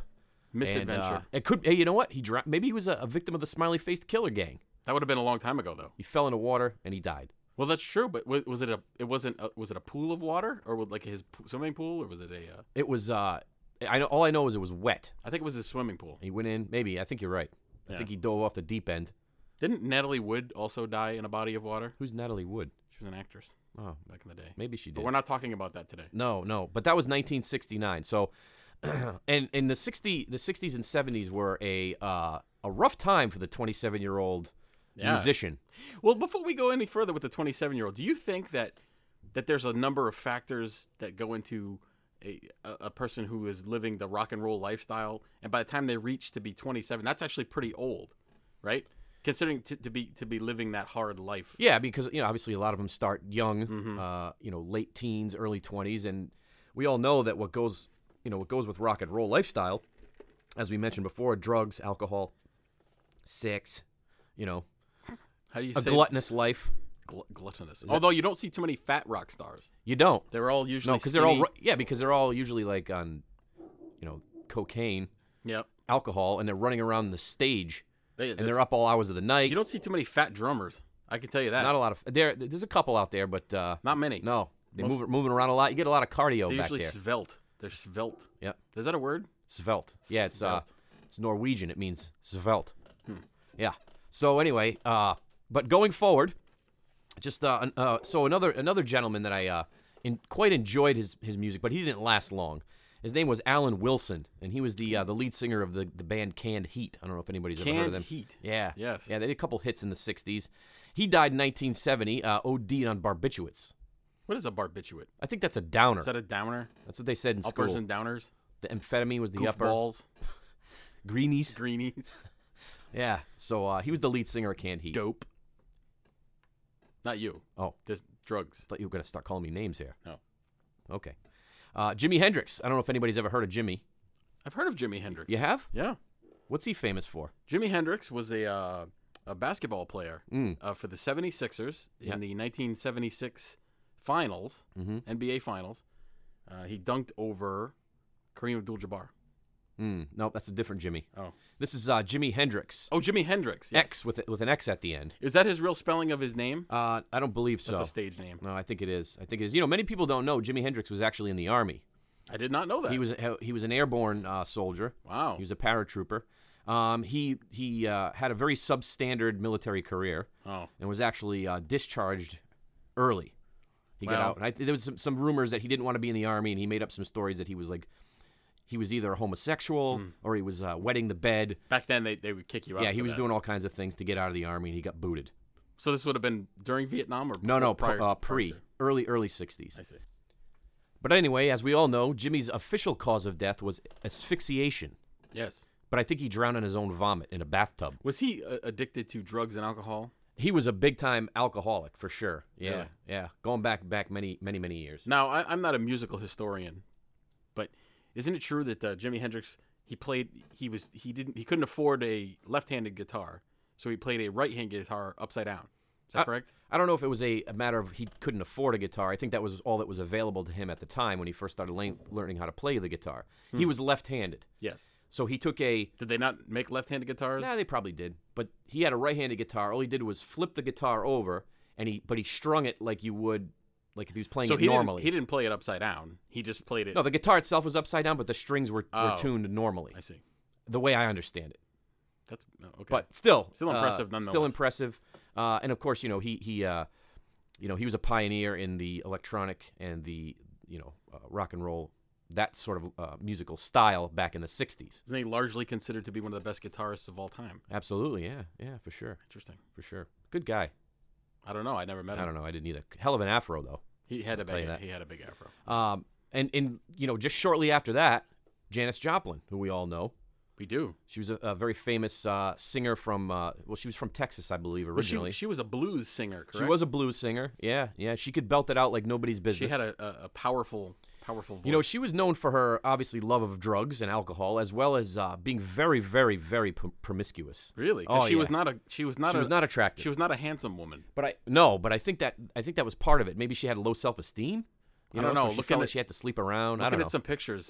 Speaker 1: And,
Speaker 2: misadventure.
Speaker 1: uh, it could. Hey, you know what? He drowned. Maybe he was a, a victim of the smiley faced killer gang.
Speaker 2: that would have been a long time ago, though.
Speaker 1: He fell into water and he died.
Speaker 2: Well, that's true, but was, was it a? It wasn't. A, was it a pool of water, or was like his p- swimming pool, or was it a? Uh,
Speaker 1: It was. Uh, I know. All I know is it was wet.
Speaker 2: I think it was his swimming pool.
Speaker 1: He went in. Maybe I think you're right. I
Speaker 2: Yeah.
Speaker 1: think he dove off the deep end.
Speaker 2: Didn't Natalie Wood also die in a body of water?
Speaker 1: Who's Natalie Wood?
Speaker 2: She was an actress
Speaker 1: Oh,
Speaker 2: back in the day.
Speaker 1: maybe she did.
Speaker 2: But we're not talking about that today.
Speaker 1: No, no, but that was 1969. So, and in the 60, the 60s and 70s were a uh, a rough time for the 27 year old
Speaker 2: Yeah.
Speaker 1: musician.
Speaker 2: Well, before we go any further with the 27 year old, do you think that that there's a number of factors that go into a, a a person who is living the rock and roll lifestyle, and by the time they reach to be 27, that's actually pretty old, right? Considering to, to be to be living that hard life.
Speaker 1: Yeah, because you know, obviously, a lot of them start young,
Speaker 2: Mm-hmm.
Speaker 1: uh, you know, late teens, early 20s, and we all know that what goes, you know, what goes with rock and roll lifestyle, as we mentioned before, drugs, alcohol, sex, you know,
Speaker 2: How do you
Speaker 1: a
Speaker 2: say
Speaker 1: gluttonous life.
Speaker 2: gl- gluttonous? Although you don't see too many fat rock stars.
Speaker 1: You don't.
Speaker 2: They're all usually
Speaker 1: No, because they're all
Speaker 2: skinny.
Speaker 1: ru- yeah, because they're all usually like on, you know, cocaine.
Speaker 2: Yep.
Speaker 1: alcohol and they're running around the stage
Speaker 2: They,
Speaker 1: and they're up all hours of the night.
Speaker 2: You don't see too many fat drummers. I can tell you that.
Speaker 1: Not
Speaker 2: Not,
Speaker 1: a lot of there. There's a couple out there, but uh,
Speaker 2: many.
Speaker 1: no, they move moving around a lot. You get a lot of cardio
Speaker 2: They're
Speaker 1: back
Speaker 2: usually
Speaker 1: there.
Speaker 2: svelte. They're svelte.
Speaker 1: Yep,
Speaker 2: Is that a word?
Speaker 1: svelte. Yeah, it's uh,
Speaker 2: Svelte. Hmm.
Speaker 1: it's Norwegian. It means svelte. Yeah. So anyway, uh, but going forward, just uh, an- uh, so another another gentleman that I uh, in, quite enjoyed his his music, but he didn't last long. His name was Alan Wilson, and he was the uh, the lead singer of the, the band Canned Heat. I don't know if anybody's ever heard of
Speaker 2: Canned
Speaker 1: them.
Speaker 2: heat.
Speaker 1: Yeah.
Speaker 2: Yes.
Speaker 1: Yeah, they did a couple hits in the 60s. He died in 1970, uh, OD'd on barbiturates.
Speaker 2: What is a barbiturate?
Speaker 1: I think that's a downer.
Speaker 2: Is that a downer?
Speaker 1: that's what they said in
Speaker 2: Uppers
Speaker 1: school.
Speaker 2: and downers?
Speaker 1: the amphetamine was the upper.
Speaker 2: Goofballs?
Speaker 1: Greenies.
Speaker 2: Greenies?
Speaker 1: Yeah. So uh, he was the lead singer of Canned Heat.
Speaker 2: Dope? Not you.
Speaker 1: Oh,
Speaker 2: Just drugs.
Speaker 1: thought you were going to start calling me names here.
Speaker 2: No.
Speaker 1: Okay. Uh, Jimi Hendrix. I don't know if anybody's ever heard of Jimmy.
Speaker 2: I've heard of Jimi Hendrix.
Speaker 1: You have?
Speaker 2: Yeah.
Speaker 1: What's he famous for?
Speaker 2: Jimi Hendrix was a, uh, a basketball player uh, for the
Speaker 1: Mm.
Speaker 2: 76ers
Speaker 1: Yeah. Mm-hmm.
Speaker 2: in the 1976 finals, NBA finals. Uh, he dunked over Kareem Abdul Jabbar.
Speaker 1: Mm, no, that's a different Jimmy.
Speaker 2: Oh.
Speaker 1: This is uh, Jimi Hendrix.
Speaker 2: Oh, Jimi Hendrix. Yes.
Speaker 1: X with, with an X at the end.
Speaker 2: Is that his real spelling of his name?
Speaker 1: Uh, I don't believe so.
Speaker 2: That's a stage name.
Speaker 1: No, I think it is. I think it is. You know, many people don't know Jimi Hendrix was actually in the army.
Speaker 2: I did not know that.
Speaker 1: He was he was an airborne uh, soldier.
Speaker 2: wow.
Speaker 1: He was a paratrooper. Um, he he uh, had a very substandard military career
Speaker 2: oh.
Speaker 1: and was actually uh, discharged early. He got
Speaker 2: Wow.
Speaker 1: out, and I, there was some, some rumors that he didn't want to be in the army, and he made up some stories that he was like he was either a homosexual
Speaker 2: Hmm.
Speaker 1: or he was uh, wetting the bed.
Speaker 2: Back then, they, they would kick you out.
Speaker 1: yeah, he
Speaker 2: for
Speaker 1: was
Speaker 2: that.
Speaker 1: doing all kinds of things to get out of the army, and he got booted.
Speaker 2: So this would have been during Vietnam or
Speaker 1: No,
Speaker 2: before-
Speaker 1: no,
Speaker 2: prior
Speaker 1: pro,
Speaker 2: to-
Speaker 1: uh,
Speaker 2: prior
Speaker 1: pre
Speaker 2: to-
Speaker 1: early early sixties.
Speaker 2: I see.
Speaker 1: But anyway, as we all know, Jimmy's official cause of death was asphyxiation.
Speaker 2: Yes.
Speaker 1: But I think he drowned in his own vomit in a bathtub.
Speaker 2: Was he uh, addicted to drugs and alcohol?
Speaker 1: He was a big time alcoholic for sure. Yeah,
Speaker 2: Really?
Speaker 1: yeah. Going back back many many many years.
Speaker 2: Now I, I'm not a musical historian, but isn't it true that uh, Jimi Hendrix he played he was he didn't he couldn't afford a left-handed guitar, so he played a right-handed guitar upside down. Is that
Speaker 1: Uh,
Speaker 2: correct?
Speaker 1: I don't know if it was a, a matter of he couldn't afford a guitar. I think that was all that was available to him at the time when he first started lang- learning how to play the guitar.
Speaker 2: Hmm.
Speaker 1: He was left-handed,
Speaker 2: Yes.
Speaker 1: so he took a.
Speaker 2: Did they not make left-handed guitars?
Speaker 1: Nah, they probably did, but he had a right-handed guitar. All he did was flip the guitar over, and he but he strung it like you would Like if he was playing
Speaker 2: So
Speaker 1: it
Speaker 2: he
Speaker 1: normally.
Speaker 2: didn't, he didn't play it upside down. He just played it.
Speaker 1: no, the guitar itself was upside down, but the strings were, were
Speaker 2: Oh.
Speaker 1: tuned normally.
Speaker 2: I see.
Speaker 1: The way I understand it.
Speaker 2: That's no, okay.
Speaker 1: but still,
Speaker 2: Still
Speaker 1: uh,
Speaker 2: impressive
Speaker 1: Still
Speaker 2: nonetheless.
Speaker 1: impressive, uh, and of course, you know he he, uh, you know he was a pioneer in the electronic and the you know uh, rock and roll that sort of uh, musical style back in the '60s.
Speaker 2: isn't he largely considered to be one of the best guitarists of all time?
Speaker 1: Absolutely, yeah, yeah, for sure,
Speaker 2: Interesting.
Speaker 1: for sure. Good guy.
Speaker 2: I don't know. I never met
Speaker 1: I
Speaker 2: him.
Speaker 1: don't know. I didn't either. Hell of an afro though.
Speaker 2: He had a
Speaker 1: tell you
Speaker 2: big.
Speaker 1: that.
Speaker 2: He had a big afro.
Speaker 1: Um, and and you know just shortly after that, Janis Joplin, who we all know,
Speaker 2: We do.
Speaker 1: she was a, a very famous uh, singer from uh, well, she was from Texas, I believe,
Speaker 2: Well, she-
Speaker 1: originally.
Speaker 2: she, was a blues singer, correct?
Speaker 1: She was a blues singer. Yeah, yeah. She could belt it out like nobody's
Speaker 2: She
Speaker 1: business.
Speaker 2: had a, a, a powerful, powerful voice.
Speaker 1: You know, she was known for her obviously love of drugs and alcohol, as well as uh, being very, very, very prom- promiscuous.
Speaker 2: really? 'Cause
Speaker 1: Oh,
Speaker 2: she was
Speaker 1: yeah.
Speaker 2: not a. She was not.
Speaker 1: she
Speaker 2: a,
Speaker 1: was not attractive.
Speaker 2: She was not a handsome woman.
Speaker 1: but I no, but I think that I think that was part of it. Maybe she had low self esteem. You
Speaker 2: I don't
Speaker 1: so
Speaker 2: know.
Speaker 1: she
Speaker 2: Looking
Speaker 1: felt like
Speaker 2: at-
Speaker 1: she had to sleep around. I
Speaker 2: Looking
Speaker 1: don't know.
Speaker 2: at some pictures,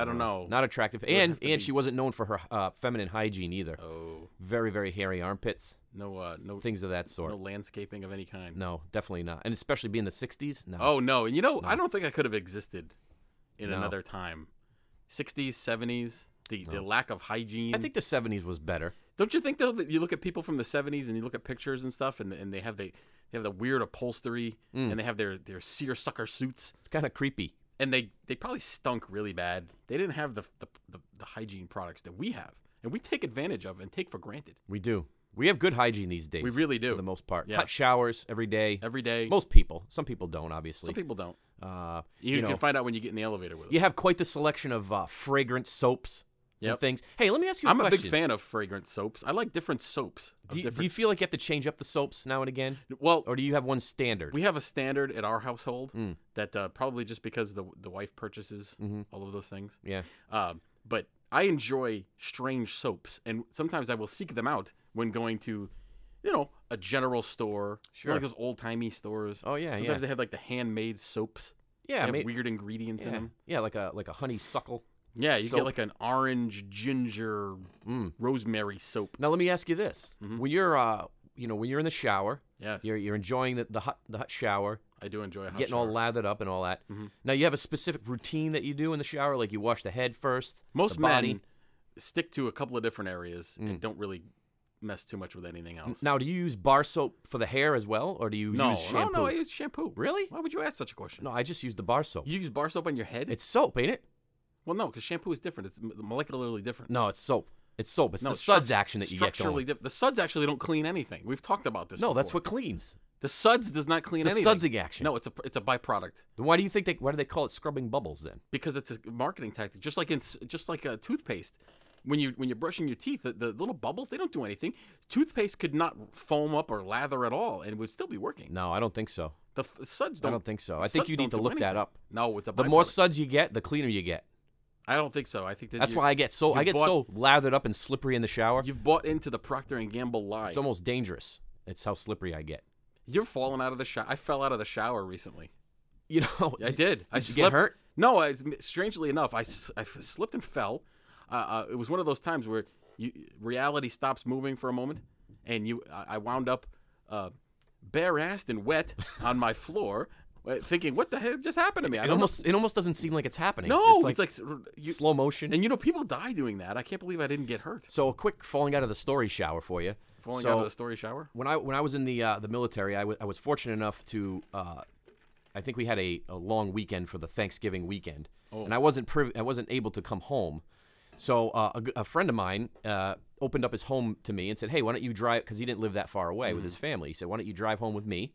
Speaker 2: I don't know.
Speaker 1: Not attractive, and
Speaker 2: have to
Speaker 1: and
Speaker 2: be-
Speaker 1: she wasn't known for her uh, feminine hygiene either.
Speaker 2: oh,
Speaker 1: Very, very hairy armpits,
Speaker 2: no, uh, no,
Speaker 1: things of that sort.
Speaker 2: no
Speaker 1: No,
Speaker 2: landscaping of any kind.
Speaker 1: definitely not, and especially being the '60s. No.
Speaker 2: Oh no! And you know, I don't think I could have existed in
Speaker 1: No.
Speaker 2: another time. Sixties, seventies, the the lack of hygiene.
Speaker 1: I think the '70s was better.
Speaker 2: Don't you think though that you look at people from the seventies and you look at pictures and stuff, and and they have the they have the weird upholstery,
Speaker 1: Mm.
Speaker 2: and they have their their seersucker suits,
Speaker 1: It's kind of creepy.
Speaker 2: and they they probably stunk really bad. They didn't have the the, the the hygiene products that we have, and we take advantage of and take for granted
Speaker 1: We do. We have good hygiene these days.
Speaker 2: We really
Speaker 1: for
Speaker 2: do.
Speaker 1: the most part.
Speaker 2: Yeah.
Speaker 1: Hot showers every day.
Speaker 2: every day.
Speaker 1: Most people. Some people don't, obviously.
Speaker 2: Some people don't.
Speaker 1: uh,
Speaker 2: You,
Speaker 1: know,
Speaker 2: can find out when you get in the elevator with them.
Speaker 1: you have quite the selection of uh, fragrant soaps and
Speaker 2: Yep.
Speaker 1: things. Hey, let me ask you a
Speaker 2: I'm a
Speaker 1: question.
Speaker 2: big fan of fragrant soaps. I like different soaps. of
Speaker 1: Do you, Oh. do
Speaker 2: different,
Speaker 1: you feel like you have to change up the soaps now and again,
Speaker 2: well,
Speaker 1: or do you have one standard?
Speaker 2: we have a standard at our household
Speaker 1: Mm.
Speaker 2: that uh, probably just because the the wife purchases
Speaker 1: Mm-hmm.
Speaker 2: all of those things.
Speaker 1: yeah.
Speaker 2: Um, but I enjoy strange soaps, and sometimes I will seek them out when going to, you know, a general store,
Speaker 1: Sure.
Speaker 2: like those old timey stores.
Speaker 1: Oh, yeah,
Speaker 2: Sometimes
Speaker 1: yeah.
Speaker 2: they have like the handmade soaps.
Speaker 1: Yeah.
Speaker 2: They have
Speaker 1: may-
Speaker 2: weird ingredients in
Speaker 1: yeah.
Speaker 2: them.
Speaker 1: Yeah, like a like a honeysuckle.
Speaker 2: Yeah, you
Speaker 1: Soap. Mm.
Speaker 2: get like an orange, ginger, rosemary soap.
Speaker 1: Now let me ask you this:
Speaker 2: Mm-hmm.
Speaker 1: when you're uh, you know, when you're in the shower,
Speaker 2: Yes,
Speaker 1: you're you're enjoying the the hot the hot shower,
Speaker 2: I do enjoy a hot
Speaker 1: getting all
Speaker 2: shower. Mm-hmm.
Speaker 1: lathered up and all that. Now you have a specific routine that you do in the shower, like you wash the head first,
Speaker 2: Most
Speaker 1: the body. Mm.
Speaker 2: men stick to a couple of different areas and don't really mess too much with anything else.
Speaker 1: Um, Now, do you use bar soap for the hair as well, or do you
Speaker 2: No,
Speaker 1: use shampoo?
Speaker 2: no, no, I use shampoo.
Speaker 1: Really?
Speaker 2: Why would you ask such a question?
Speaker 1: No, I just use the bar soap.
Speaker 2: You use bar soap on your head?
Speaker 1: It's soap, ain't it?
Speaker 2: well, no, because shampoo is different. It's m- molecularly different.
Speaker 1: No, it's soap. It's soap. It's
Speaker 2: No,
Speaker 1: the
Speaker 2: it's
Speaker 1: suds
Speaker 2: struct-
Speaker 1: action that you get
Speaker 2: structurally
Speaker 1: going.
Speaker 2: diff- the suds actually don't clean anything. We've talked about this.
Speaker 1: No, that's
Speaker 2: before.
Speaker 1: what cleans.
Speaker 2: the suds does not clean
Speaker 1: The
Speaker 2: anything.
Speaker 1: sudsing action.
Speaker 2: No, it's a pr- it's a byproduct
Speaker 1: Then why do you think they? Why do they call it scrubbing bubbles then?
Speaker 2: because it's a marketing tactic. Just like in s- just like a toothpaste, when you when you're brushing your teeth, the, the little bubbles they don't do anything. Toothpaste could not foam up or lather at all and would still be working.
Speaker 1: No, I don't think so.
Speaker 2: The f- suds
Speaker 1: I
Speaker 2: don't.
Speaker 1: don't think so.
Speaker 2: the
Speaker 1: I think
Speaker 2: suds
Speaker 1: you
Speaker 2: don't
Speaker 1: need to
Speaker 2: do
Speaker 1: look that
Speaker 2: anything.
Speaker 1: up.
Speaker 2: No, it's a
Speaker 1: The more
Speaker 2: byproduct.
Speaker 1: suds you get, the cleaner you get.
Speaker 2: I don't think so. I think that
Speaker 1: That's
Speaker 2: you-
Speaker 1: why I get so I
Speaker 2: you
Speaker 1: get
Speaker 2: bought-
Speaker 1: so lathered up and slippery in the shower.
Speaker 2: You've bought into the Procter and Gamble lie.
Speaker 1: It's almost dangerous. It's how slippery I get.
Speaker 2: You're falling out of the shower. I fell out of the shower recently.
Speaker 1: You know,
Speaker 2: I did. I
Speaker 1: you get
Speaker 2: slipped.
Speaker 1: hurt?
Speaker 2: No. I, strangely enough, I, s- I f- slipped and fell. Uh, uh, it was one of those times where you, reality stops moving for a moment, and you. I, I wound up uh, bare-assed and wet on my floor, uh, thinking, "What the heck just happened to me?" I
Speaker 1: it
Speaker 2: don't know."
Speaker 1: almost it almost doesn't seem like it's happening.
Speaker 2: no.
Speaker 1: it's like,
Speaker 2: s- r- you,
Speaker 1: slow motion.
Speaker 2: and you know people die doing that. I can't believe I didn't get hurt
Speaker 1: So a quick falling out of the story shower for you.
Speaker 2: falling
Speaker 1: so
Speaker 2: out of the story shower.
Speaker 1: when I when I was in the uh, the military, I wa- I was fortunate enough to. Uh, I think we had a, a long weekend for the Thanksgiving weekend,
Speaker 2: Oh.
Speaker 1: and I wasn't priv- I wasn't able to come home. So uh, a g- a, friend of mine uh, opened up his home to me and said, "Hey, why don't you drive?" Because he didn't live that far away with
Speaker 2: Mm-hmm.
Speaker 1: his family. He said, "Why don't you drive home with me?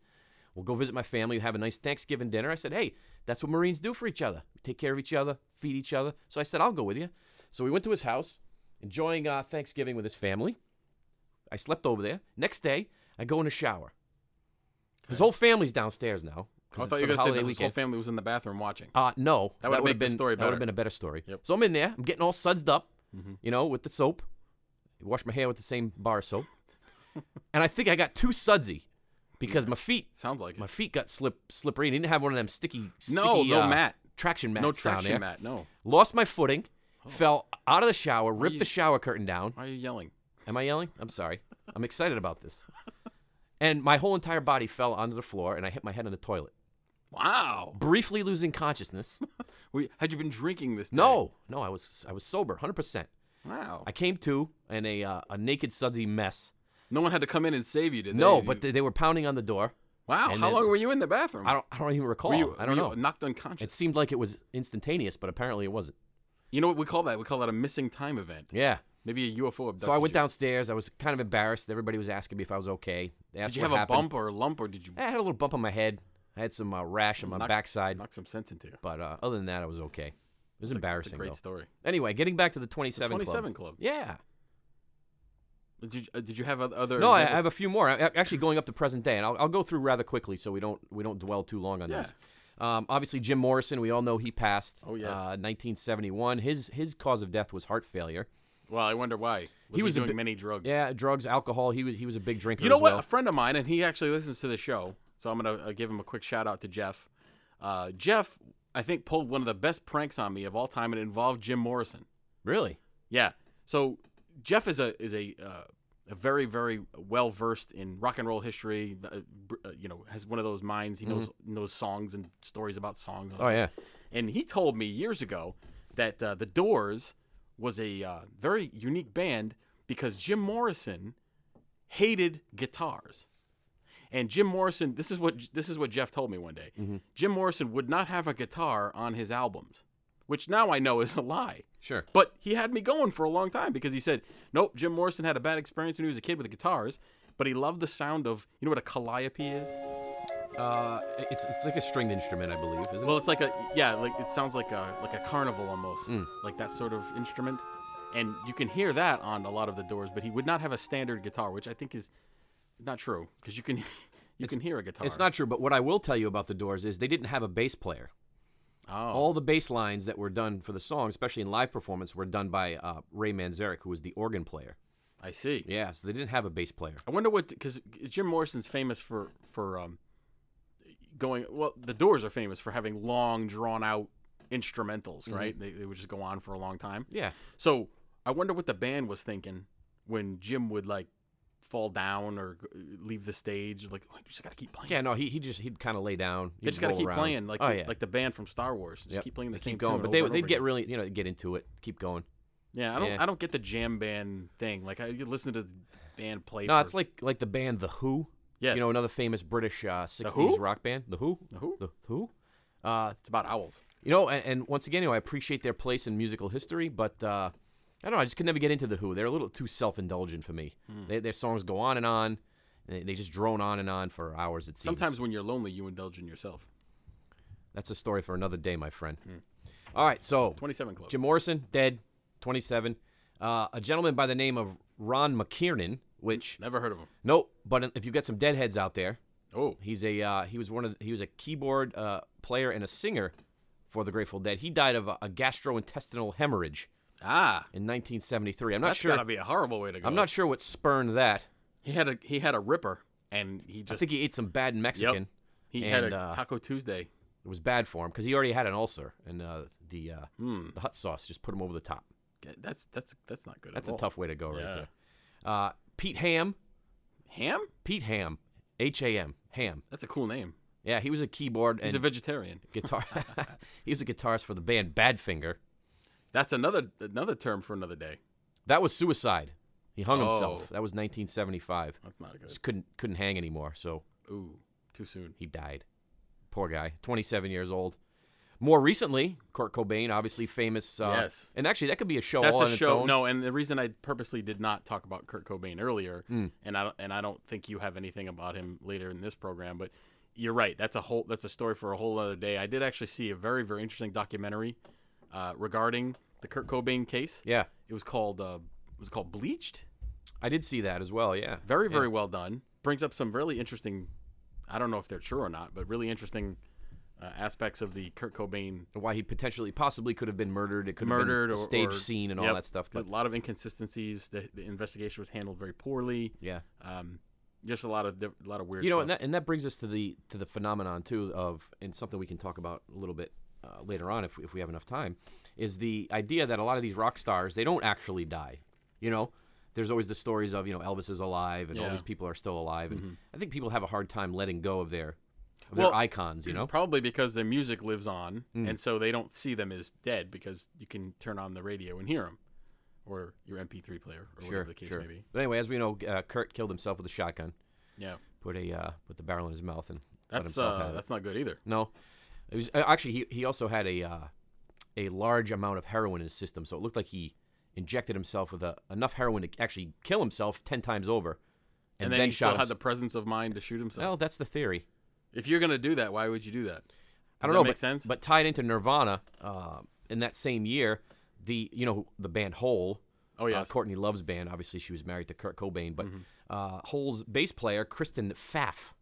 Speaker 1: We'll go visit my family. Have a nice Thanksgiving dinner." I said, "Hey, that's what Marines do for each other. We take care of each other, feed each other." So I said, "I'll go with you." So we went to his house, enjoying uh, Thanksgiving with his family. I slept over there. Next day, I go in the shower. His whole family's downstairs now. 'cause
Speaker 2: Oh, I
Speaker 1: it's
Speaker 2: thought
Speaker 1: for the
Speaker 2: you were going to say
Speaker 1: holiday
Speaker 2: that his whole
Speaker 1: weekend.
Speaker 2: family was in the bathroom watching.
Speaker 1: Uh, no,
Speaker 2: That would've
Speaker 1: would've
Speaker 2: made the
Speaker 1: been
Speaker 2: story
Speaker 1: that would
Speaker 2: better.
Speaker 1: have been a better story.
Speaker 2: Yep. Mm-hmm.
Speaker 1: So I'm in there. I'm getting all sudsed up, you know, with the soap. I wash my hair with the same bar of soap, and I think I got too sudsy because my feet
Speaker 2: Sounds like it.
Speaker 1: my feet got slip slippery. and didn't have one of them sticky,
Speaker 2: No,
Speaker 1: sticky,
Speaker 2: no
Speaker 1: uh,
Speaker 2: mat.
Speaker 1: traction mats
Speaker 2: no
Speaker 1: down there.
Speaker 2: traction mat. Oh. No.
Speaker 1: Lost my footing, fell out of the shower, ripped
Speaker 2: you-
Speaker 1: the shower curtain down.
Speaker 2: Why are you yelling?
Speaker 1: Am I yelling? I'm sorry. I'm excited about this. And my whole entire body fell onto the floor, and I hit my head on the toilet.
Speaker 2: Wow.
Speaker 1: briefly losing consciousness.
Speaker 2: We, had you been drinking this? Day?
Speaker 1: No, no, I was I was sober, hundred percent.
Speaker 2: Wow.
Speaker 1: I came to in a uh, a naked sudsy mess.
Speaker 2: no one had to come in and save you, did they?
Speaker 1: No,
Speaker 2: You-
Speaker 1: but they, they were pounding on the door.
Speaker 2: wow.
Speaker 1: and
Speaker 2: How
Speaker 1: then-
Speaker 2: long were you in the bathroom?
Speaker 1: I don't I don't even recall.
Speaker 2: Were you,
Speaker 1: I don't
Speaker 2: were
Speaker 1: know.
Speaker 2: you Knocked unconscious.
Speaker 1: It seemed like it was instantaneous, but apparently it wasn't.
Speaker 2: you know what we call that? We call that a missing time event.
Speaker 1: Yeah.
Speaker 2: Maybe a UFO abduction.
Speaker 1: So I went downstairs. I was kind of embarrassed. Everybody was asking me if I was okay. They asked
Speaker 2: Did you
Speaker 1: what
Speaker 2: have a
Speaker 1: happened. Eh,
Speaker 2: bump or a lump, or did you
Speaker 1: I had a little bump on my head. I had some uh, rash on my
Speaker 2: knock-
Speaker 1: backside,
Speaker 2: Knock some sense into you.
Speaker 1: but uh, other than that, I was okay. It was
Speaker 2: It's a
Speaker 1: embarrassing
Speaker 2: great
Speaker 1: though.
Speaker 2: story.
Speaker 1: Anyway, getting back to the 27 club.
Speaker 2: 27 Club.
Speaker 1: Yeah.
Speaker 2: Did you, uh, did you have oth- other?
Speaker 1: No, I, I
Speaker 2: examples?
Speaker 1: have a few more. I, I- actually, going up to present day, and I'll, I'll go through rather quickly so we don't we don't dwell too long on
Speaker 2: Yeah.
Speaker 1: these. Um, obviously, Jim Morrison, we all know he passed.
Speaker 2: Oh, yes.
Speaker 1: uh, 1971. His his cause of death was heart failure.
Speaker 2: Well, I wonder why. Was he,
Speaker 1: was a
Speaker 2: doing
Speaker 1: bit-
Speaker 2: many drugs.
Speaker 1: Yeah, drugs, alcohol. He was he was a big drinker.
Speaker 2: You know
Speaker 1: as
Speaker 2: what?
Speaker 1: well.
Speaker 2: A friend of mine, and he actually listens to the show, so I'm gonna uh, give him a quick shout out to Jeff. Uh, Jeff, I think pulled one of the best pranks on me of all time, and it involved Jim Morrison.
Speaker 1: Really?
Speaker 2: Yeah. So Jeff is a is a uh, a very very well versed in rock and roll history. Uh, br- uh, you know, has one of those minds. He knows knows songs and stories about songs. and
Speaker 1: Mm-hmm. Oh yeah.
Speaker 2: and he told me years ago that uh, the Doors was a uh, very unique band because Jim Morrison hated guitars. And Jim Morrison, this is what this is what Jeff told me one day. Jim Morrison would not have a guitar on his albums, which now I know is a lie.
Speaker 1: Sure.
Speaker 2: But he had me going for a long time because he said, "Nope, Jim Morrison had a bad experience when he was a kid with the guitars, but he loved the sound of you know what a calliope is."
Speaker 1: Uh, it's it's like a stringed instrument, I believe, isn't
Speaker 2: Well, it's like a yeah, like it sounds like a like a carnival almost,
Speaker 1: Mm.
Speaker 2: like that sort of instrument, and you can hear that on a lot of the Doors. But he would not have a standard guitar, which I think is not true because you can you can hear a guitar.
Speaker 1: it? It's not true. But what I will tell you about the Doors is they didn't have a bass player.
Speaker 2: Oh,
Speaker 1: All the bass lines that were done for the song, especially in live performance, were done by uh, Ray Manzarek, who was the organ player.
Speaker 2: I see.
Speaker 1: Yeah, so they didn't have a bass player.
Speaker 2: I wonder what because Jim Morrison's famous for for um going. Well, the Doors are famous for having long, drawn out instrumentals,
Speaker 1: Mm-hmm.
Speaker 2: right? They, they would just go on for a long time.
Speaker 1: Yeah.
Speaker 2: So I wonder what the band was thinking when Jim would like fall down or g- leave the stage. Like, oh, you just gotta keep playing.
Speaker 1: Yeah, no, he, he just he'd kind of lay down.
Speaker 2: they just gotta keep playing. Like,
Speaker 1: oh
Speaker 2: the,
Speaker 1: yeah,
Speaker 2: like the band from Star Wars, just
Speaker 1: Yep.
Speaker 2: keep playing the
Speaker 1: They
Speaker 2: same
Speaker 1: keep going.
Speaker 2: tune
Speaker 1: But
Speaker 2: over
Speaker 1: they
Speaker 2: and over
Speaker 1: they'd get
Speaker 2: again.
Speaker 1: really you know get into it, keep going.
Speaker 2: yeah. I don't
Speaker 1: yeah.
Speaker 2: I don't get the jam band thing. Like I you listen to the band play.
Speaker 1: No,
Speaker 2: for,
Speaker 1: it's like like the band The Who.
Speaker 2: yes,
Speaker 1: You know, another famous British uh,
Speaker 2: Who?
Speaker 1: '60s rock band, The Who. The
Speaker 2: Who?
Speaker 1: The Who. Uh,
Speaker 2: it's about owls.
Speaker 1: you know, and, and once again, you know, I appreciate their place in musical history, but uh, I don't know. I just could never get into The Who. They're a little too self-indulgent for me.
Speaker 2: Hmm.
Speaker 1: They, their songs go on and on. and They just drone on and on for hours. It seems.
Speaker 2: Sometimes when you're lonely, you indulge in yourself.
Speaker 1: that's a story for another day, my friend.
Speaker 2: Hmm.
Speaker 1: All right, so
Speaker 2: Twenty-seven Club.
Speaker 1: Jim Morrison, dead, 27. Uh, a gentleman by the name of Ron McKiernan, which
Speaker 2: Never heard of him.
Speaker 1: nope, but if you get some deadheads out there,
Speaker 2: Oh,
Speaker 1: he's a uh, he was one of the, he was a keyboard uh, player and a singer for the Grateful Dead. He died of a, a gastrointestinal hemorrhage
Speaker 2: ah,
Speaker 1: in 1973. I'm not
Speaker 2: that's
Speaker 1: sure.
Speaker 2: gotta be a horrible way to go.
Speaker 1: I'm not sure what spurned that.
Speaker 2: He had a he had a ripper, and he
Speaker 1: I
Speaker 2: just
Speaker 1: think he ate some bad Mexican.
Speaker 2: he had
Speaker 1: and,
Speaker 2: a
Speaker 1: uh,
Speaker 2: Taco Tuesday.
Speaker 1: It was bad for him because he already had an ulcer, and uh, the uh,
Speaker 2: Hmm.
Speaker 1: the hot sauce just put him over the top.
Speaker 2: Yeah, That's that's that's not good.
Speaker 1: That's a
Speaker 2: at all.
Speaker 1: tough way to go
Speaker 2: Yeah.
Speaker 1: right there. Uh, Pete Ham,
Speaker 2: ham.
Speaker 1: Pete Ham, H A M, Ham.
Speaker 2: That's a cool name.
Speaker 1: Yeah, he was a keyboard
Speaker 2: He's
Speaker 1: and
Speaker 2: a vegetarian.
Speaker 1: guitar. he was a guitarist for the band Badfinger.
Speaker 2: That's another another term for another day.
Speaker 1: That was suicide. He hung
Speaker 2: Oh.
Speaker 1: himself. That was 1975.
Speaker 2: That's not good.
Speaker 1: Just couldn't couldn't hang anymore, so
Speaker 2: Ooh, too soon.
Speaker 1: he died. Poor guy, 27 years old. More recently, Kurt Cobain, obviously famous. Uh,
Speaker 2: Yes.
Speaker 1: And actually, that could be a show
Speaker 2: That's
Speaker 1: all
Speaker 2: a
Speaker 1: on its
Speaker 2: show.
Speaker 1: own.
Speaker 2: No, and the reason I purposely did not talk about Kurt Cobain earlier,
Speaker 1: Hmm.
Speaker 2: and I don't- and I don't think you have anything about him later in this program, but you're right. That's a whole that's a story for a whole other day. I did actually see a very very interesting documentary uh, regarding the Kurt Cobain case.
Speaker 1: Yeah,
Speaker 2: It was called uh, was it called Bleached.
Speaker 1: I did see that as well. Yeah.
Speaker 2: Very, very well done. Brings up some really interesting, I don't know if they're true or not, but really interesting uh, aspects of the Kurt Cobain
Speaker 1: Why he potentially, possibly could have been murdered. It could
Speaker 2: murdered
Speaker 1: have
Speaker 2: or
Speaker 1: been a stage
Speaker 2: or-
Speaker 1: scene and all
Speaker 2: yep,
Speaker 1: that stuff.
Speaker 2: A
Speaker 1: But
Speaker 2: lot of inconsistencies. The, the investigation was handled very poorly.
Speaker 1: yeah.
Speaker 2: Um, just a lot of diff- a lot of weird.
Speaker 1: you know,
Speaker 2: stuff.
Speaker 1: and that, and that brings us to the to the phenomenon too of and something we can talk about a little bit uh, later on if we, if we have enough time is the idea that a lot of these rock stars they don't actually die. You know, there's always the stories of you know Elvis is alive and all
Speaker 2: Yeah. Mm-hmm.
Speaker 1: these people are still alive, and I think people have a hard time letting go of their They're
Speaker 2: Well,
Speaker 1: icons, you know.
Speaker 2: Probably because their music lives on,
Speaker 1: Mm.
Speaker 2: and so they don't see them as dead because you can turn on the radio and hear them, or your MP3 player, or
Speaker 1: Sure,
Speaker 2: whatever the case
Speaker 1: sure.
Speaker 2: may be.
Speaker 1: But anyway, as we know, uh, Kurt killed himself with a shotgun.
Speaker 2: Yeah,
Speaker 1: Put a uh, put the barrel in his mouth and let
Speaker 2: that's
Speaker 1: himself
Speaker 2: uh,
Speaker 1: have it.
Speaker 2: that's not good either.
Speaker 1: No, it was uh, actually he, he also had a uh, a large amount of heroin in his system, so it looked like he injected himself with a, enough heroin to actually kill himself ten times over,
Speaker 2: And,
Speaker 1: and,
Speaker 2: then, he
Speaker 1: shot.
Speaker 2: still had the
Speaker 1: himself.
Speaker 2: presence of mind to shoot himself.
Speaker 1: Well, that's the theory.
Speaker 2: if you're gonna do that, why would you do that?
Speaker 1: I don't
Speaker 2: that
Speaker 1: know,
Speaker 2: make
Speaker 1: but,
Speaker 2: sense?
Speaker 1: but tied into Nirvana, uh, in that same year, the you know the band Hole.
Speaker 2: Oh, yes. Mm-hmm.
Speaker 1: uh, Courtney Love's band. Obviously, she was married to Kurt Cobain, but uh, Hole's bass player Kristen Pfaff.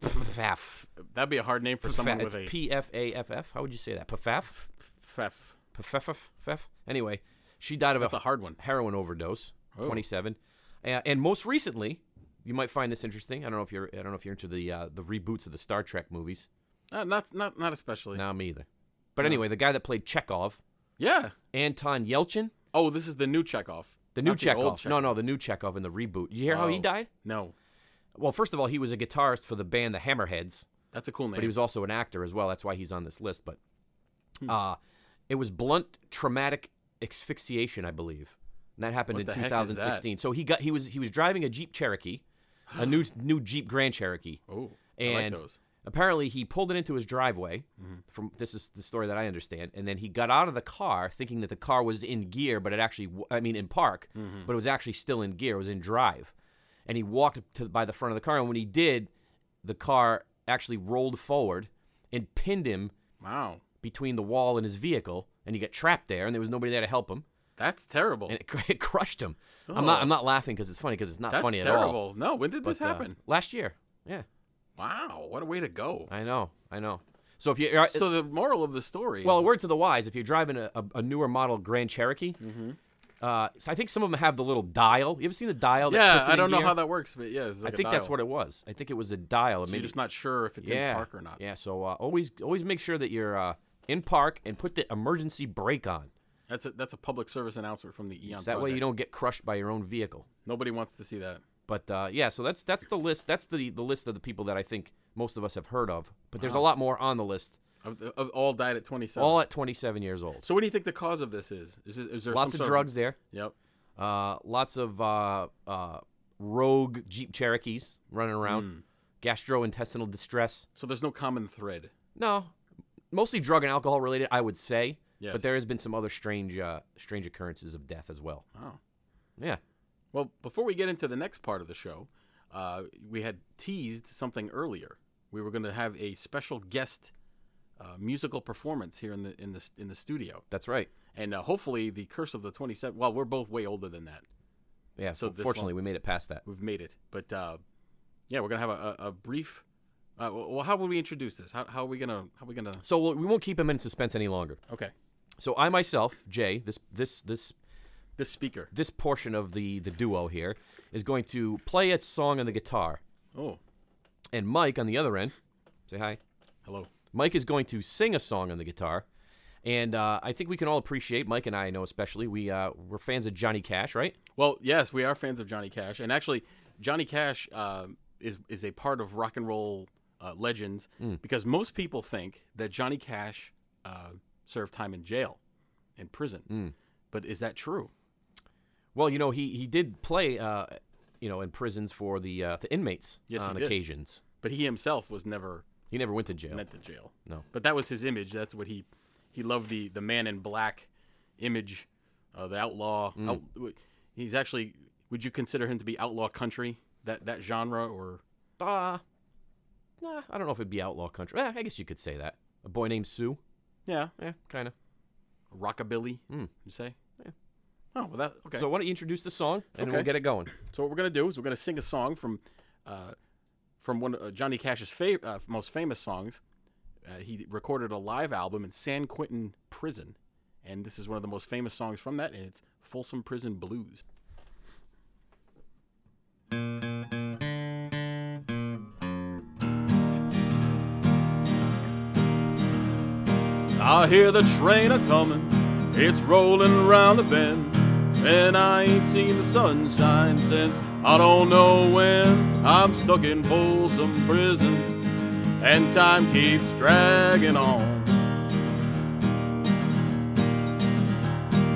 Speaker 1: Pfaff.
Speaker 2: That'd be a hard name for someone
Speaker 1: Pfaff.
Speaker 2: with a
Speaker 1: It's P F A F F. How would you say that? Pfaff.
Speaker 2: pfeff.
Speaker 1: Pfaff. Pfaff. Anyway, she died of
Speaker 2: That's a Oh. hard one.
Speaker 1: heroin overdose, 27. Uh, and most recently, you might find this interesting. I don't know if you're I don't know if you're into the uh, the reboots of the Star Trek movies.
Speaker 2: Uh, not not not especially.
Speaker 1: Nah, me either. But anyway, the guy that played Chekhov,
Speaker 2: Yeah.
Speaker 1: Anton Yelchin,
Speaker 2: Oh, this is the new Chekhov.
Speaker 1: the new
Speaker 2: not the old
Speaker 1: Chekhov. No, no, the new Chekhov in the reboot. Did you hear how he
Speaker 2: Oh.
Speaker 1: died?
Speaker 2: No,
Speaker 1: Well, first of all, he was a guitarist for the band the Hammerheads,
Speaker 2: that's a cool name. Hmm.
Speaker 1: but he was also an actor as well. That's why he's on this list. But uh, it was blunt traumatic asphyxiation, I believe, and that happened
Speaker 2: What the
Speaker 1: in
Speaker 2: heck is
Speaker 1: 2016. So he got he was he was driving a Jeep Cherokee, a new new Jeep Grand Cherokee,
Speaker 2: oh, I like
Speaker 1: and
Speaker 2: those.
Speaker 1: apparently he pulled it into his driveway.
Speaker 2: Mm-hmm.
Speaker 1: From this is the story that I understand, and then he got out of the car thinking that the car was in gear, but it actually w- I mean in park,
Speaker 2: Mm-hmm.
Speaker 1: but it was actually still in gear. It was in drive, and he walked to by the front of the car, and when he did, the car actually rolled forward and pinned him
Speaker 2: Wow,
Speaker 1: between the wall and his vehicle, and he got trapped there, and there was nobody there to help him,
Speaker 2: that's terrible.
Speaker 1: and it, cr- it crushed him. I'm not I'm not laughing because it's funny because it's not
Speaker 2: Oh. that's
Speaker 1: funny at
Speaker 2: terrible.
Speaker 1: all.
Speaker 2: No, when did this
Speaker 1: But, uh,
Speaker 2: happen?
Speaker 1: last year. Yeah,
Speaker 2: Wow, what a way to go.
Speaker 1: I know, I know. So if you uh,
Speaker 2: So the moral of the story.
Speaker 1: Well, a
Speaker 2: is,
Speaker 1: word to the wise: if you're driving a, a, a newer model Grand Cherokee,
Speaker 2: Mm-hmm.
Speaker 1: uh, so I think some of them have the little dial. You ever seen the dial? That
Speaker 2: yeah,
Speaker 1: puts it
Speaker 2: I
Speaker 1: in
Speaker 2: don't know
Speaker 1: gear?
Speaker 2: how that works, but yeah, it's
Speaker 1: I
Speaker 2: like a
Speaker 1: think that's
Speaker 2: dial.
Speaker 1: what it was. I think it was a dial.
Speaker 2: So
Speaker 1: maybe
Speaker 2: you're just not sure if it's
Speaker 1: yeah,
Speaker 2: in park or not.
Speaker 1: Yeah. So uh, always always make sure that you're uh, in park and put the emergency brake on.
Speaker 2: That's a that's a public service announcement from the Eon.
Speaker 1: So that way you
Speaker 2: Project.
Speaker 1: don't get crushed by your own vehicle.
Speaker 2: Nobody wants to see that.
Speaker 1: But uh, yeah, so that's that's the list. That's the the list of the people that I think most of us have heard of. But
Speaker 2: Uh-huh.
Speaker 1: there's a lot more on the list.
Speaker 2: Of, of all died at 27.
Speaker 1: All at 27 years old.
Speaker 2: so what do you think the cause of this is? Is, it, is there
Speaker 1: Lots
Speaker 2: some
Speaker 1: of
Speaker 2: sort
Speaker 1: drugs there.
Speaker 2: Yep.
Speaker 1: Uh, lots of uh, uh, rogue Jeep Cherokees running around.
Speaker 2: Hmm.
Speaker 1: Gastrointestinal distress.
Speaker 2: So there's no common thread.
Speaker 1: No, mostly drug and alcohol related, I would say.
Speaker 2: Yes.
Speaker 1: But there has been some other strange, uh, strange occurrences of death as well.
Speaker 2: Wow.
Speaker 1: Yeah.
Speaker 2: Well, before we get into the next part of the show, uh, we had teased something earlier. We were going to have a special guest uh, musical performance here in the in the in the studio,
Speaker 1: That's right.
Speaker 2: and uh, hopefully, the Curse of the Twenty Seven. Well, we're both way older than that.
Speaker 1: Yeah. So
Speaker 2: So this
Speaker 1: fortunately, we made it past that.
Speaker 2: We've made it, but uh, yeah, we're gonna have a, a, a brief. Uh, well, how would we introduce this? How, how are we gonna? How are we gonna?
Speaker 1: So we'll, we won't keep him in suspense any longer.
Speaker 2: Okay,
Speaker 1: So I myself, Jay, this this this
Speaker 2: this speaker.
Speaker 1: this portion of the the duo here is going to play a song on the guitar,
Speaker 2: Oh,
Speaker 1: and Mike on the other end. Say hi.
Speaker 2: hello.
Speaker 1: Mike is going to sing a song on the guitar, and uh, I think we can all appreciate Mike and I know especially we uh, we're fans of Johnny Cash, right?
Speaker 2: Well, yes, we are fans of Johnny Cash, and actually, Johnny Cash uh, is is a part of rock and roll uh, legends
Speaker 1: Hmm.
Speaker 2: because most people think that Johnny Cash uh, served time in jail, in prison.
Speaker 1: Hmm.
Speaker 2: But is that true?
Speaker 1: Well, you know he he did play uh, you know in prisons for the uh, the inmates
Speaker 2: Yes, he
Speaker 1: on
Speaker 2: did.
Speaker 1: occasions.
Speaker 2: But he himself was never
Speaker 1: He never went to jail.
Speaker 2: meant to jail.
Speaker 1: No.
Speaker 2: But that was his image. That's what he he loved the the man in black image, uh, the outlaw.
Speaker 1: Hmm.
Speaker 2: out- he's actually. Would you consider him to be outlaw country? That that genre or
Speaker 1: Uh, nah, I don't know if it'd be outlaw country. Eh, I guess you could say that. A boy named Sue. Eh,
Speaker 2: yeah,
Speaker 1: Yeah, kind of.
Speaker 2: rockabilly. You say? Hmm. Yeah. Oh well, that okay.
Speaker 1: So
Speaker 2: So,
Speaker 1: why don't you introduce the song and
Speaker 2: Okay.
Speaker 1: we'll get it going.
Speaker 2: what we're gonna do is we're gonna sing a song from, uh, from one of uh, Johnny Cash's fav- uh, most famous songs. Uh, he recorded a live album in San Quentin Prison, and this is one of the most famous songs from that, and it's Folsom Prison Blues. I hear the train a comin', it's rollin' round the bend, and I ain't seen the sunshine since I don't know when. I'm stuck in Folsom Prison, and time keeps dragging on.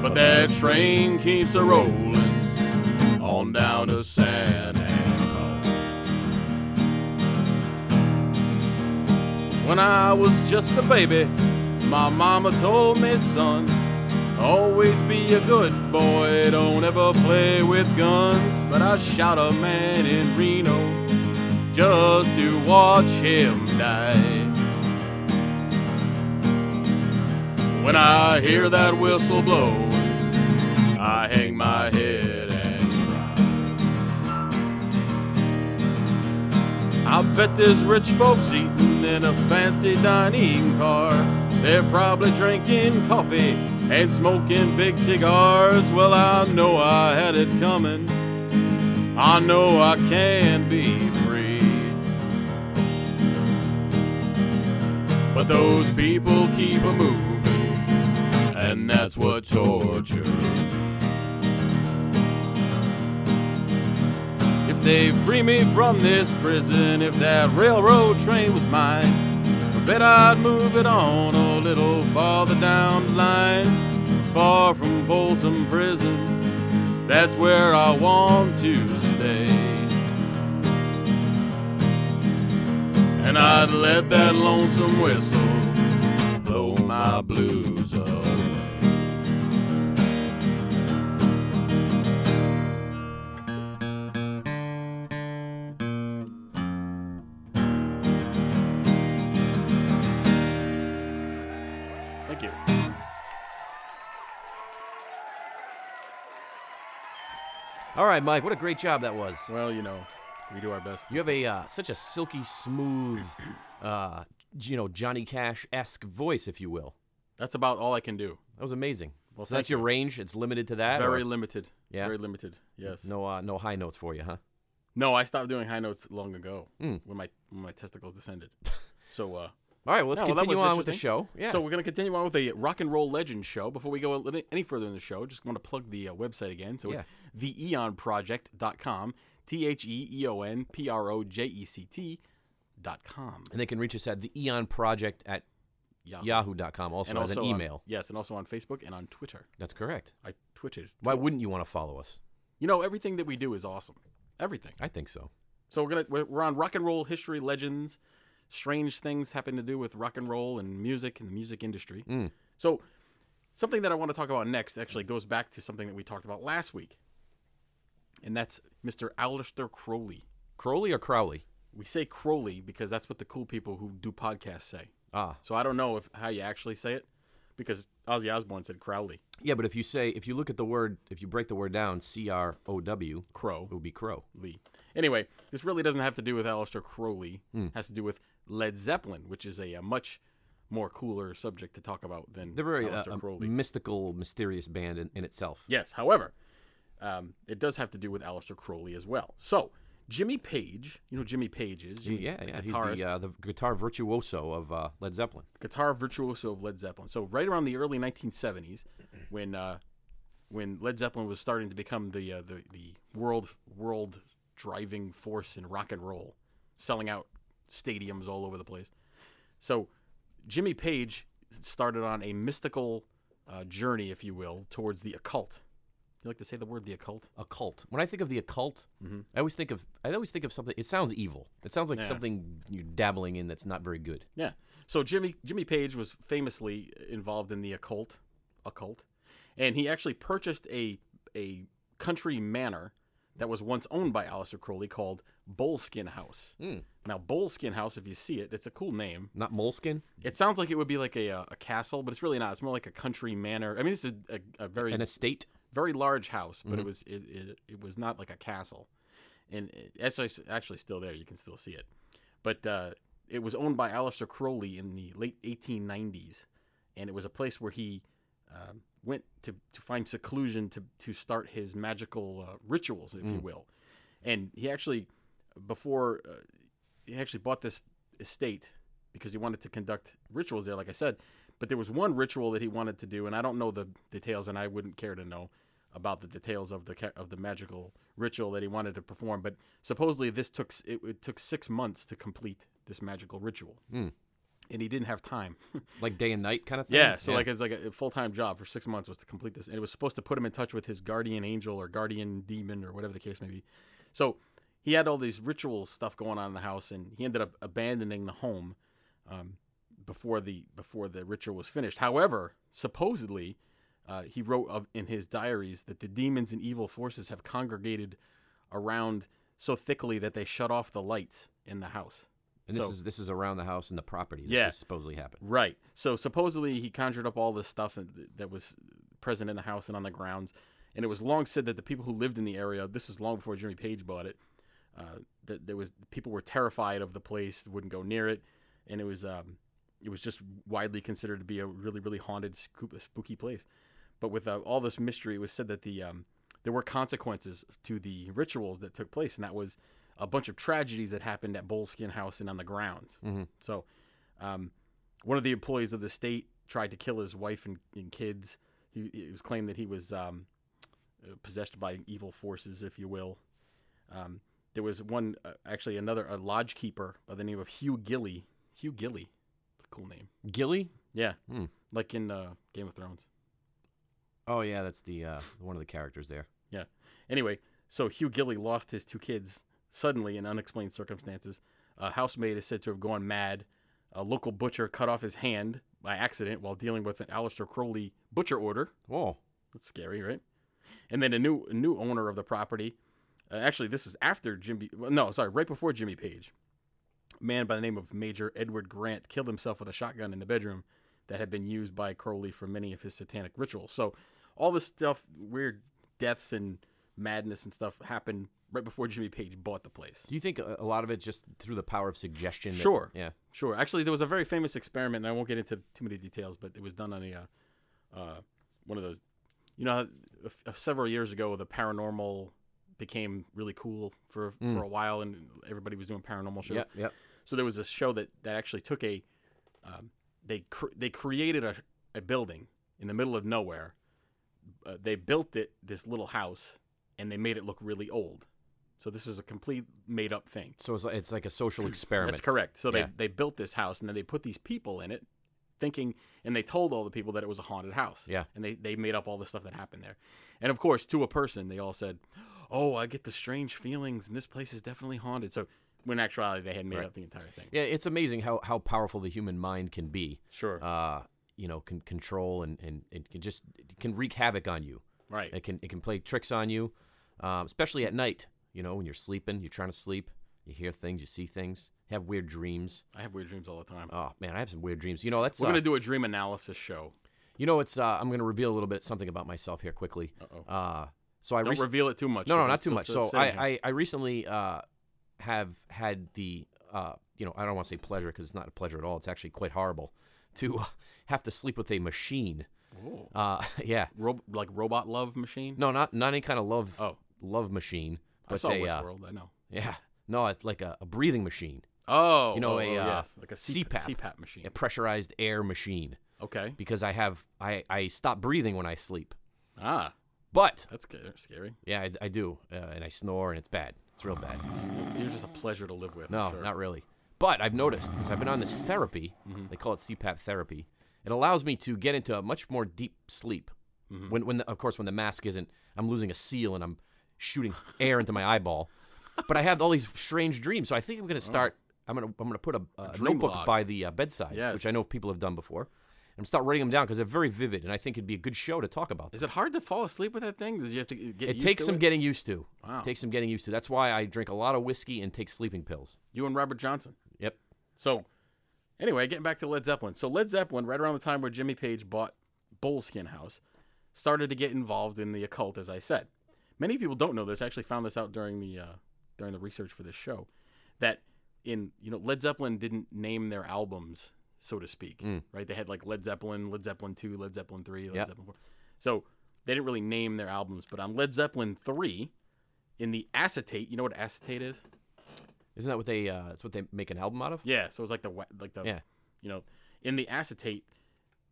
Speaker 2: But that train keeps a rolling on down to San Antonio. When I was just a baby, my mama told me, son, always be a good boy, don't ever play with guns. But I shot a man in Reno just to watch him die. When I hear that whistle blow, I hang my head and cry. I bet there's rich folks eating in a fancy dining car. They're probably drinking coffee and smoking big cigars. Well, I know I had it coming. I know I can be free. But those people keep a moving, and that's what torture. If they free me from this prison, if that railroad train was mine, I bet I'd move it on a little farther down the line, far from Folsom Prison. That's where I want to stay. and I'd let that lonesome whistle blow my blues away. Thank you.
Speaker 1: All right, Mike, what a great job that was.
Speaker 2: Well, you know, we do our best.
Speaker 1: You have a uh, such a silky smooth, uh, you know, Johnny Cash esque voice, if you will.
Speaker 2: That's about all I can do.
Speaker 1: That was amazing. Well, so
Speaker 2: thank
Speaker 1: that's your range. It's limited to that.
Speaker 2: Very
Speaker 1: or
Speaker 2: limited.
Speaker 1: Yeah.
Speaker 2: Very limited. Yes.
Speaker 1: no, uh, no high notes for you, huh?
Speaker 2: No, I stopped doing high notes long ago
Speaker 1: Hmm.
Speaker 2: when my when my testicles descended. so uh
Speaker 1: All right, well, let's
Speaker 2: no, well, that
Speaker 1: continue
Speaker 2: was
Speaker 1: on with the show.
Speaker 2: interesting.
Speaker 1: Yeah.
Speaker 2: So we're going to continue on with a rock and roll legend show. Before we go any- any further in the show, just want to plug the uh, website again. So it's theeonproject.com, T H E E O N P R O J E C T dot com.
Speaker 1: and they can reach us at the Eon Project at
Speaker 2: Yeah.
Speaker 1: yahoo.com also
Speaker 2: And
Speaker 1: as
Speaker 2: also
Speaker 1: an
Speaker 2: on-
Speaker 1: email.
Speaker 2: yes, and also on Facebook and on Twitter.
Speaker 1: That's correct.
Speaker 2: I twitted.
Speaker 1: Why wouldn't you want to follow us?
Speaker 2: You know, everything that we do is awesome. Everything.
Speaker 1: I think so.
Speaker 2: So we're gonna we're, we're on rock and roll history legends, strange things happen to do with rock and roll and music and the music industry. So something that I want to talk about next actually goes back to something that we talked about last week, and that's Mr. Aleister Crowley.
Speaker 1: Crowley or Crowley?
Speaker 2: We say Crowley because that's what the cool people who do podcasts say.
Speaker 1: Ah,
Speaker 2: So I don't know if how you actually say it, because Ozzy Osbourne said Crowley,
Speaker 1: yeah, but if you say, if you look at the word, if you break the word down, C R O W,
Speaker 2: Crow.
Speaker 1: it would be crow.
Speaker 2: Lee. Anyway, this really doesn't have to do with Aleister Crowley.
Speaker 1: Hmm.
Speaker 2: It has to do with Led Zeppelin, which is a, uh much more cooler subject to talk about than
Speaker 1: They're very uh,
Speaker 2: Aleister
Speaker 1: a
Speaker 2: Crowley.
Speaker 1: mystical, mysterious band in, in itself.
Speaker 2: yes, however, um, it does have to do with Aleister Crowley as well. So, Jimmy Page, you know who Jimmy Page is? Jimmy,
Speaker 1: Yeah,
Speaker 2: the
Speaker 1: yeah.
Speaker 2: guitarist,
Speaker 1: He's the, uh, the guitar virtuoso of uh, Led Zeppelin.
Speaker 2: guitar virtuoso of Led Zeppelin. So, right around the early 1970s, when uh, when Led Zeppelin was starting to become the uh, the, the world world driving force in rock and roll, selling out stadiums all over the place. So Jimmy Page started on a mystical uh, journey, if you will, towards the occult. You like to say the word the occult?
Speaker 1: Occult. When I think of the occult,
Speaker 2: Mm-hmm.
Speaker 1: I always think of I always think of something. It sounds evil. It sounds like something you're dabbling in that's not very good.
Speaker 2: Yeah. So Jimmy Jimmy Page was famously involved in the occult, occult, and he actually purchased a a country manor that was once owned by Aleister Crowley called Bullskin House. Now Bullskin House, if you see it, it's a cool name.
Speaker 1: Not moleskin,
Speaker 2: It sounds like it would be like a uh, a castle, but it's really not. It's more like a country manor. I mean, it's a, a, a very
Speaker 1: an estate.
Speaker 2: very large house, but it was it, it, it was not like a castle, and it- it's act- actually still there. You can still see it, but uh, it was owned by Aleister Crowley in the late 1890s, and it was a place where he um, went to, to find seclusion to to start his magical uh, rituals, if you will, and he actually before uh, he actually bought this estate because he wanted to conduct rituals there, like I said. But there was one ritual that he wanted to do, and I don't know the details, and I wouldn't care to know. about the details of the ca- of the magical ritual that he wanted to perform. But supposedly this took s- it, it took six months to complete this magical ritual, and he didn't have time.
Speaker 1: like day and night kind of thing.
Speaker 2: Yeah, so like it's like a full time job for six months was to complete this, and it was supposed to put him in touch with his guardian angel or guardian demon or whatever the case may be. So he had all these ritual stuff going on in the house, and he ended up abandoning the home um, before the before the ritual was finished. However, supposedly uh, he wrote of, in his diaries that the demons and evil forces have congregated around so thickly that they shut off the lights in the house.
Speaker 1: and this
Speaker 2: so-
Speaker 1: is this is around the house and the property. That
Speaker 2: Yeah.
Speaker 1: this supposedly happened.
Speaker 2: Right. So supposedly he conjured up all this stuff and- that was present in the house and on the grounds, and it was long said that the people who lived in the area, this is long before Jimmy Page bought it, uh, that there was people were terrified of the place, wouldn't go near it, and it was um, it was just widely considered to be a really really haunted spook- spooky place. But with uh, all this mystery, it was said that the um, there were consequences to the rituals that took place, and that was a bunch of tragedies that happened at Bullskin House and on the grounds. So, um, one of the employees of the state tried to kill his wife and, and kids. He it was claimed that he was um, uh, possessed by evil forces, if you will. Um, there was one, uh, actually, another a lodge keeper by the name of Hugh Gilly. Hugh Gilly, it's a cool name.
Speaker 1: Gilly?
Speaker 2: Yeah,
Speaker 1: Hmm.
Speaker 2: like in uh, Game of Thrones.
Speaker 1: Oh yeah, that's the uh, one of the characters there.
Speaker 2: Yeah. Anyway, so Hugh Gilly lost his two kids suddenly in unexplained circumstances. A housemaid is said to have gone mad. A local butcher cut off his hand by accident while dealing with an Aleister Crowley butcher order.
Speaker 1: Whoa.
Speaker 2: That's scary, right? And then a new a new owner of the property. Uh, actually, this is after Jimmy. well, No, sorry, right before Jimmy Page. A man by the name of Major Edward Grant killed himself with a shotgun in the bedroom that had been used by Crowley for many of his satanic rituals. So, all this stuff, weird deaths and madness and stuff, happened right before Jimmy Page bought the place.
Speaker 1: Do you think a a lot of it just through the power of suggestion? that-
Speaker 2: Sure.
Speaker 1: Yeah.
Speaker 2: Sure. Actually, there was a very famous experiment, and I won't get into too many details, but it was done on a uh, uh, one of those. You know, how a f- a several years ago, the paranormal became really cool for for a while, and everybody was doing paranormal shows.
Speaker 1: Yep. Yep.
Speaker 2: So there was this show that, that actually took a um, they cr- they created a, a building in the middle of nowhere. Uh, they built it this little house, and they made it look really old. So this is a complete made up thing.
Speaker 1: So it's like, it's like a social experiment.
Speaker 2: That's correct. So
Speaker 1: Yeah.
Speaker 2: they, they built this house and then they put these people in it thinking and they told all the people that it was a haunted house.
Speaker 1: Yeah.
Speaker 2: And they, they made up all the stuff that happened there. And of course, to a person, they all said, Oh, I get the strange feelings and this place is definitely haunted. So when in actuality they had made up the entire thing.
Speaker 1: Yeah, it's amazing how, how powerful the human mind can be.
Speaker 2: Sure.
Speaker 1: Uh, you know, can control and, and, and can just it can wreak havoc on you.
Speaker 2: right.
Speaker 1: It can it can play tricks on you, um, especially at night. You know, when you're sleeping, you're trying to sleep, you hear things, you see things, have weird dreams.
Speaker 2: I have weird dreams all the time.
Speaker 1: Oh man, I have some weird dreams. You know, that's
Speaker 2: We're
Speaker 1: uh,
Speaker 2: gonna do a dream analysis show.
Speaker 1: you know, it's uh, I'm gonna reveal a little bit something about myself here quickly.
Speaker 2: Uh-oh.
Speaker 1: Uh, so I
Speaker 2: Don't
Speaker 1: recently.
Speaker 2: reveal it too much.
Speaker 1: No,
Speaker 2: 'cause
Speaker 1: no,
Speaker 2: I'm
Speaker 1: not too
Speaker 2: still
Speaker 1: much.
Speaker 2: sit-
Speaker 1: So
Speaker 2: sitting here.
Speaker 1: I, I, I recently uh, have had the, uh, you know, I don't want to say pleasure because it's not a pleasure at all. It's actually quite horrible to have to sleep with a machine.
Speaker 2: Ooh.
Speaker 1: Uh, yeah.
Speaker 2: Rob- like robot love machine.
Speaker 1: No, not not any kind of love
Speaker 2: Oh.
Speaker 1: love machine,
Speaker 2: I
Speaker 1: but
Speaker 2: saw
Speaker 1: a uh,
Speaker 2: Westworld. I know.
Speaker 1: yeah. No, it's like a, a breathing machine,
Speaker 2: Oh,
Speaker 1: you know,
Speaker 2: oh,
Speaker 1: a,
Speaker 2: oh,
Speaker 1: uh,
Speaker 2: yes. like a CPAP,
Speaker 1: CPAP.
Speaker 2: CPAP machine.
Speaker 1: a pressurized air machine,
Speaker 2: Okay.
Speaker 1: because I have I I stop breathing when I sleep.
Speaker 2: Ah,
Speaker 1: But
Speaker 2: That's sca- scary.
Speaker 1: yeah, I, I do, uh, and I snore, and it's bad. It's real bad.
Speaker 2: You're just a pleasure to live with. I'm
Speaker 1: No,
Speaker 2: sure.
Speaker 1: not really. But I've noticed since I've been on this therapy,
Speaker 2: Mm-hmm.
Speaker 1: they call it CPAP therapy. It allows me to get into a much more deep sleep.
Speaker 2: Mm-hmm.
Speaker 1: When, when the, of course, when the mask isn't, I'm losing a seal and I'm shooting air into my eyeball. But I have all these strange dreams, so I think I'm gonna start. I'm gonna I'm gonna put a, a
Speaker 2: Oh. dream
Speaker 1: notebook
Speaker 2: log.
Speaker 1: by the uh, bedside, which
Speaker 2: Yes.
Speaker 1: I know people have done before. And start writing them down because they're very vivid, and I think it'd be a good show to talk about.
Speaker 2: Is it hard to fall asleep with that thing? Does you have to get
Speaker 1: It
Speaker 2: used
Speaker 1: takes
Speaker 2: to
Speaker 1: some
Speaker 2: it?
Speaker 1: getting used to.
Speaker 2: Wow.
Speaker 1: Takes some getting used to. That's why I drink a lot of whiskey and take sleeping pills.
Speaker 2: You and Robert Johnson.
Speaker 1: Yep.
Speaker 2: So, anyway, getting back to Led Zeppelin. So Led Zeppelin, right around the time where Jimmy Page bought Bullskin House, started to get involved in the occult, as I said. Many people don't know this. I actually found this out during the uh, during the research for this show, that in you know Led Zeppelin didn't name their albums, so to speak, right? They had like Led Zeppelin, Led Zeppelin two, Led Zeppelin three, Led
Speaker 1: Yep.
Speaker 2: Zeppelin four. So they didn't really name their albums. But on Led Zeppelin three, in the acetate, you know what acetate is?
Speaker 1: Isn't that what they? Uh, that's what they make an album out of.
Speaker 2: Yeah, so it was like the wa- like the
Speaker 1: Yeah.
Speaker 2: you know, in the acetate,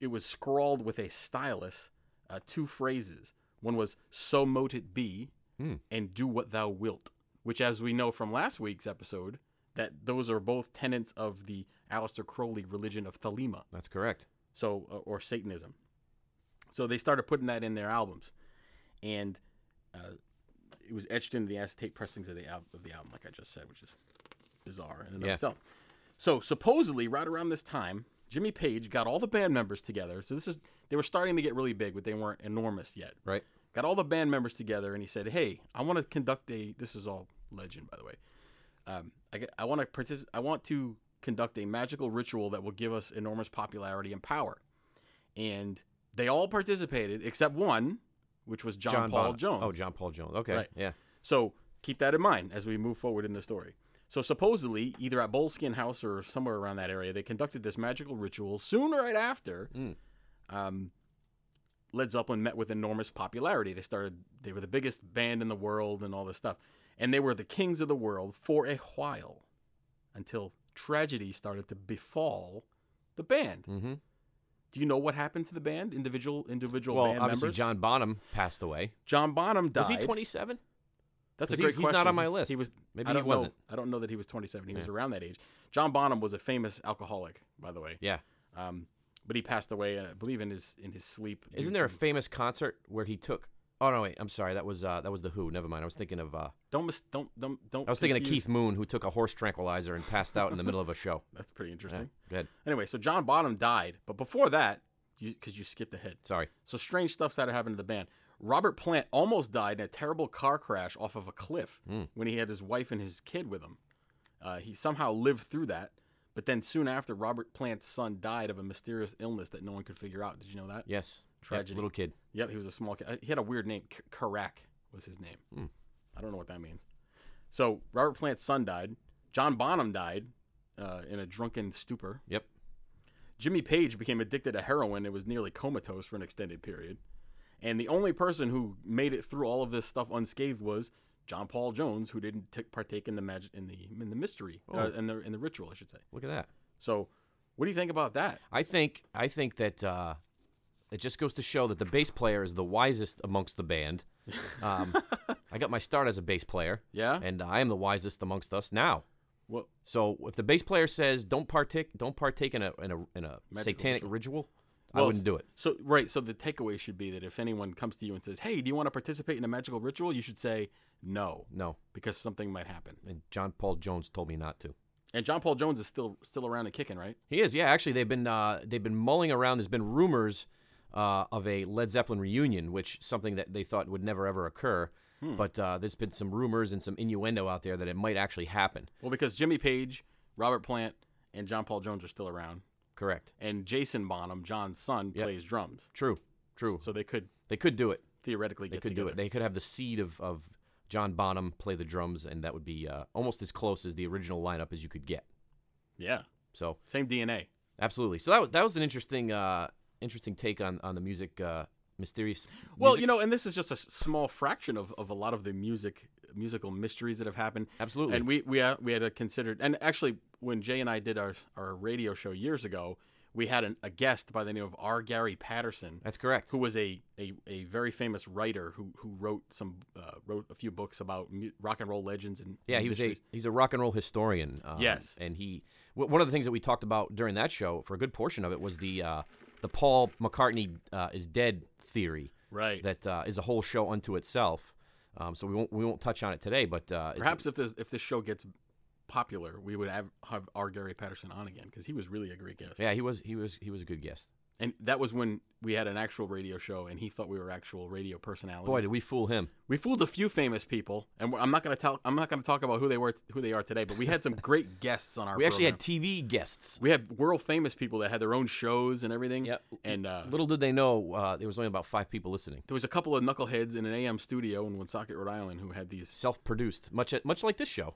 Speaker 2: it was scrawled with a stylus, uh, two phrases. One was So Mote It Be
Speaker 1: Hmm.
Speaker 2: and Do What Thou Wilt, which, as we know from last week's episode, that those are both tenets of the Aleister Crowley religion of Thelema
Speaker 1: That's correct.
Speaker 2: so uh, or Satanism. So they started putting that in their albums, and uh, it was etched into the acetate pressings of the al- of the album, like I just said, which is bizarre in and
Speaker 1: Yeah.
Speaker 2: of itself. So supposedly, right around this time, Jimmy Page got all the band members together. So this is they were starting to get really big, but they weren't enormous yet
Speaker 1: Right.
Speaker 2: got all the band members together and he said, "Hey, I want to conduct a. This is all legend, by the way. Um, I, get- I want to partic- I want to conduct a magical ritual that will give us enormous popularity and power." And they all participated except one, which was John, Paul
Speaker 1: Bonham.
Speaker 2: Jones.
Speaker 1: Oh, John Paul Jones. Okay.
Speaker 2: Right.
Speaker 1: Yeah.
Speaker 2: So keep that in mind as we move forward in the story. So supposedly, either at Bullskin House or somewhere around that area, they conducted this magical ritual. Soon right after,
Speaker 1: Hmm.
Speaker 2: um, Led Zeppelin met with enormous popularity. They started; they were the biggest band in the world, and all this stuff. And they were the kings of the world for a while, until tragedy started to befall the band.
Speaker 1: Mm-hmm.
Speaker 2: Do you know what happened to the band? Individual, individual
Speaker 1: Well,
Speaker 2: band
Speaker 1: obviously
Speaker 2: members.
Speaker 1: John Bonham passed away.
Speaker 2: John Bonham died.
Speaker 1: Was he 27?
Speaker 2: That's
Speaker 1: 'Cause
Speaker 2: a great
Speaker 1: he's- he's
Speaker 2: question.
Speaker 1: not on my list.
Speaker 2: He was.
Speaker 1: Maybe
Speaker 2: I
Speaker 1: he
Speaker 2: don't know.
Speaker 1: wasn't.
Speaker 2: I don't know that he was 27. He was around that age. John Bonham was a famous alcoholic, by the way.
Speaker 1: Yeah.
Speaker 2: Um, but he passed away, uh, I believe, in his in his sleep. due
Speaker 1: Isn't there a
Speaker 2: to-
Speaker 1: famous concert where he took? Oh no, wait. I'm sorry. That was uh, that was the Who. Never mind. I was thinking of uh,
Speaker 2: Don't mis- don't don't don't.
Speaker 1: I was thinking of
Speaker 2: confuse-
Speaker 1: Keith Moon, who took a horse tranquilizer and passed out in the middle of a show.
Speaker 2: That's pretty interesting.
Speaker 1: Go ahead.
Speaker 2: Anyway, so John Bonham died, but before that, because you, skipped ahead,
Speaker 1: Sorry.
Speaker 2: so strange stuff started happening to the band. Robert Plant almost died in a terrible car crash off of a cliff
Speaker 1: Hmm.
Speaker 2: when he had his wife and his kid with him. Uh, he somehow lived through that, but then soon after, Robert Plant's son died of a mysterious illness that no one could figure out. Did you know that?
Speaker 1: Yes. Yep,
Speaker 2: Tragedy.
Speaker 1: little kid.
Speaker 2: Yep, he was a small kid. Uh, He had a weird name. K- Karak was his name. I don't know what that means. So Robert Plant's son died. John Bonham died uh, in a drunken stupor.
Speaker 1: Yep.
Speaker 2: Jimmy Page became addicted to heroin and was nearly comatose for an extended period. And the only person who made it through all of this stuff unscathed was John Paul Jones, who didn't t- partake in the magic in the in the mystery uh, in the in the ritual, I should say.
Speaker 1: Look at that.
Speaker 2: So, what do you think about that?
Speaker 1: I think I think that uh, it just goes to show that the bass player is the wisest amongst the band. Um, I got my start as a bass player,
Speaker 2: Yeah.
Speaker 1: and I am the wisest amongst us now.
Speaker 2: Well,
Speaker 1: So if the bass player says don't partake, don't partake in a in a, in a satanic ritual, I
Speaker 2: Well,
Speaker 1: wouldn't do it.
Speaker 2: so right. So the takeaway should be that if anyone comes to you and says, "Hey, do you want to participate in a magical ritual?" you should say no
Speaker 1: No.
Speaker 2: because something might happen.
Speaker 1: And John Paul Jones told me not to.
Speaker 2: And John Paul Jones is still still around and kicking, right?
Speaker 1: He is, yeah. Actually, they've been uh, they've been mulling around. There's been rumors uh, of a Led Zeppelin reunion, which something that they thought would never ever occur.
Speaker 2: Hmm.
Speaker 1: But uh, there's been some rumors and some innuendo out there that it might actually happen.
Speaker 2: Well, because Jimmy Page, Robert Plant, and John Paul Jones are still around.
Speaker 1: Correct.
Speaker 2: and Jason Bonham, John's son,
Speaker 1: Yep.
Speaker 2: plays drums.
Speaker 1: True. True.
Speaker 2: So they could
Speaker 1: They could do it.
Speaker 2: theoretically
Speaker 1: They
Speaker 2: get
Speaker 1: could
Speaker 2: together.
Speaker 1: do it. They could have the seed of, of John Bonham play the drums, and that would be uh, almost as close as the original lineup as you could get.
Speaker 2: Yeah,
Speaker 1: So
Speaker 2: same DNA.
Speaker 1: absolutely. So that wa- that was an interesting uh, interesting take on on the music uh, mysterious.
Speaker 2: Well,
Speaker 1: music-
Speaker 2: you know, and this is just a s- small fraction of, of a lot of the music musical mysteries that have happened.
Speaker 1: absolutely.
Speaker 2: And we we uh, we had a considered and actually when Jay and I did our our radio show years ago, we had an, a guest by the name of R. Gary Patterson.
Speaker 1: That's correct.
Speaker 2: who was a, a, a very famous writer who, who wrote some uh, wrote a few books about mu- rock and roll legends and
Speaker 1: Yeah,
Speaker 2: and
Speaker 1: he was a
Speaker 2: mysteries.
Speaker 1: he's a rock and roll historian. Um,
Speaker 2: Yes.
Speaker 1: and he w- one of the things that we talked about during that show for a good portion of it was the uh, the Paul McCartney uh, is dead theory
Speaker 2: right
Speaker 1: that uh, is a whole show unto itself. Um, so we won't we won't touch on it today, but uh, it's-
Speaker 2: Perhaps if this if this show gets popular, we would have, have our Gary Patterson on again because he was really a great guest.
Speaker 1: yeah, he was he was he was a good guest.
Speaker 2: And that was when we had an actual radio show, and he thought we were actual radio personalities.
Speaker 1: Boy, did we fool him!
Speaker 2: we fooled a few famous people, and we're, I'm not gonna tell. I'm not gonna talk about who they were, who they are today. But we had some great guests on our.
Speaker 1: We actually
Speaker 2: program.
Speaker 1: had TV guests.
Speaker 2: we had world famous people that had their own shows and everything.
Speaker 1: Yep.
Speaker 2: And uh,
Speaker 1: Little did they know uh, there was only about five people listening.
Speaker 2: there was a couple of knuckleheads in an AM studio in Woonsocket, Rhode Island, who had these
Speaker 1: Self-produced, much much like this show.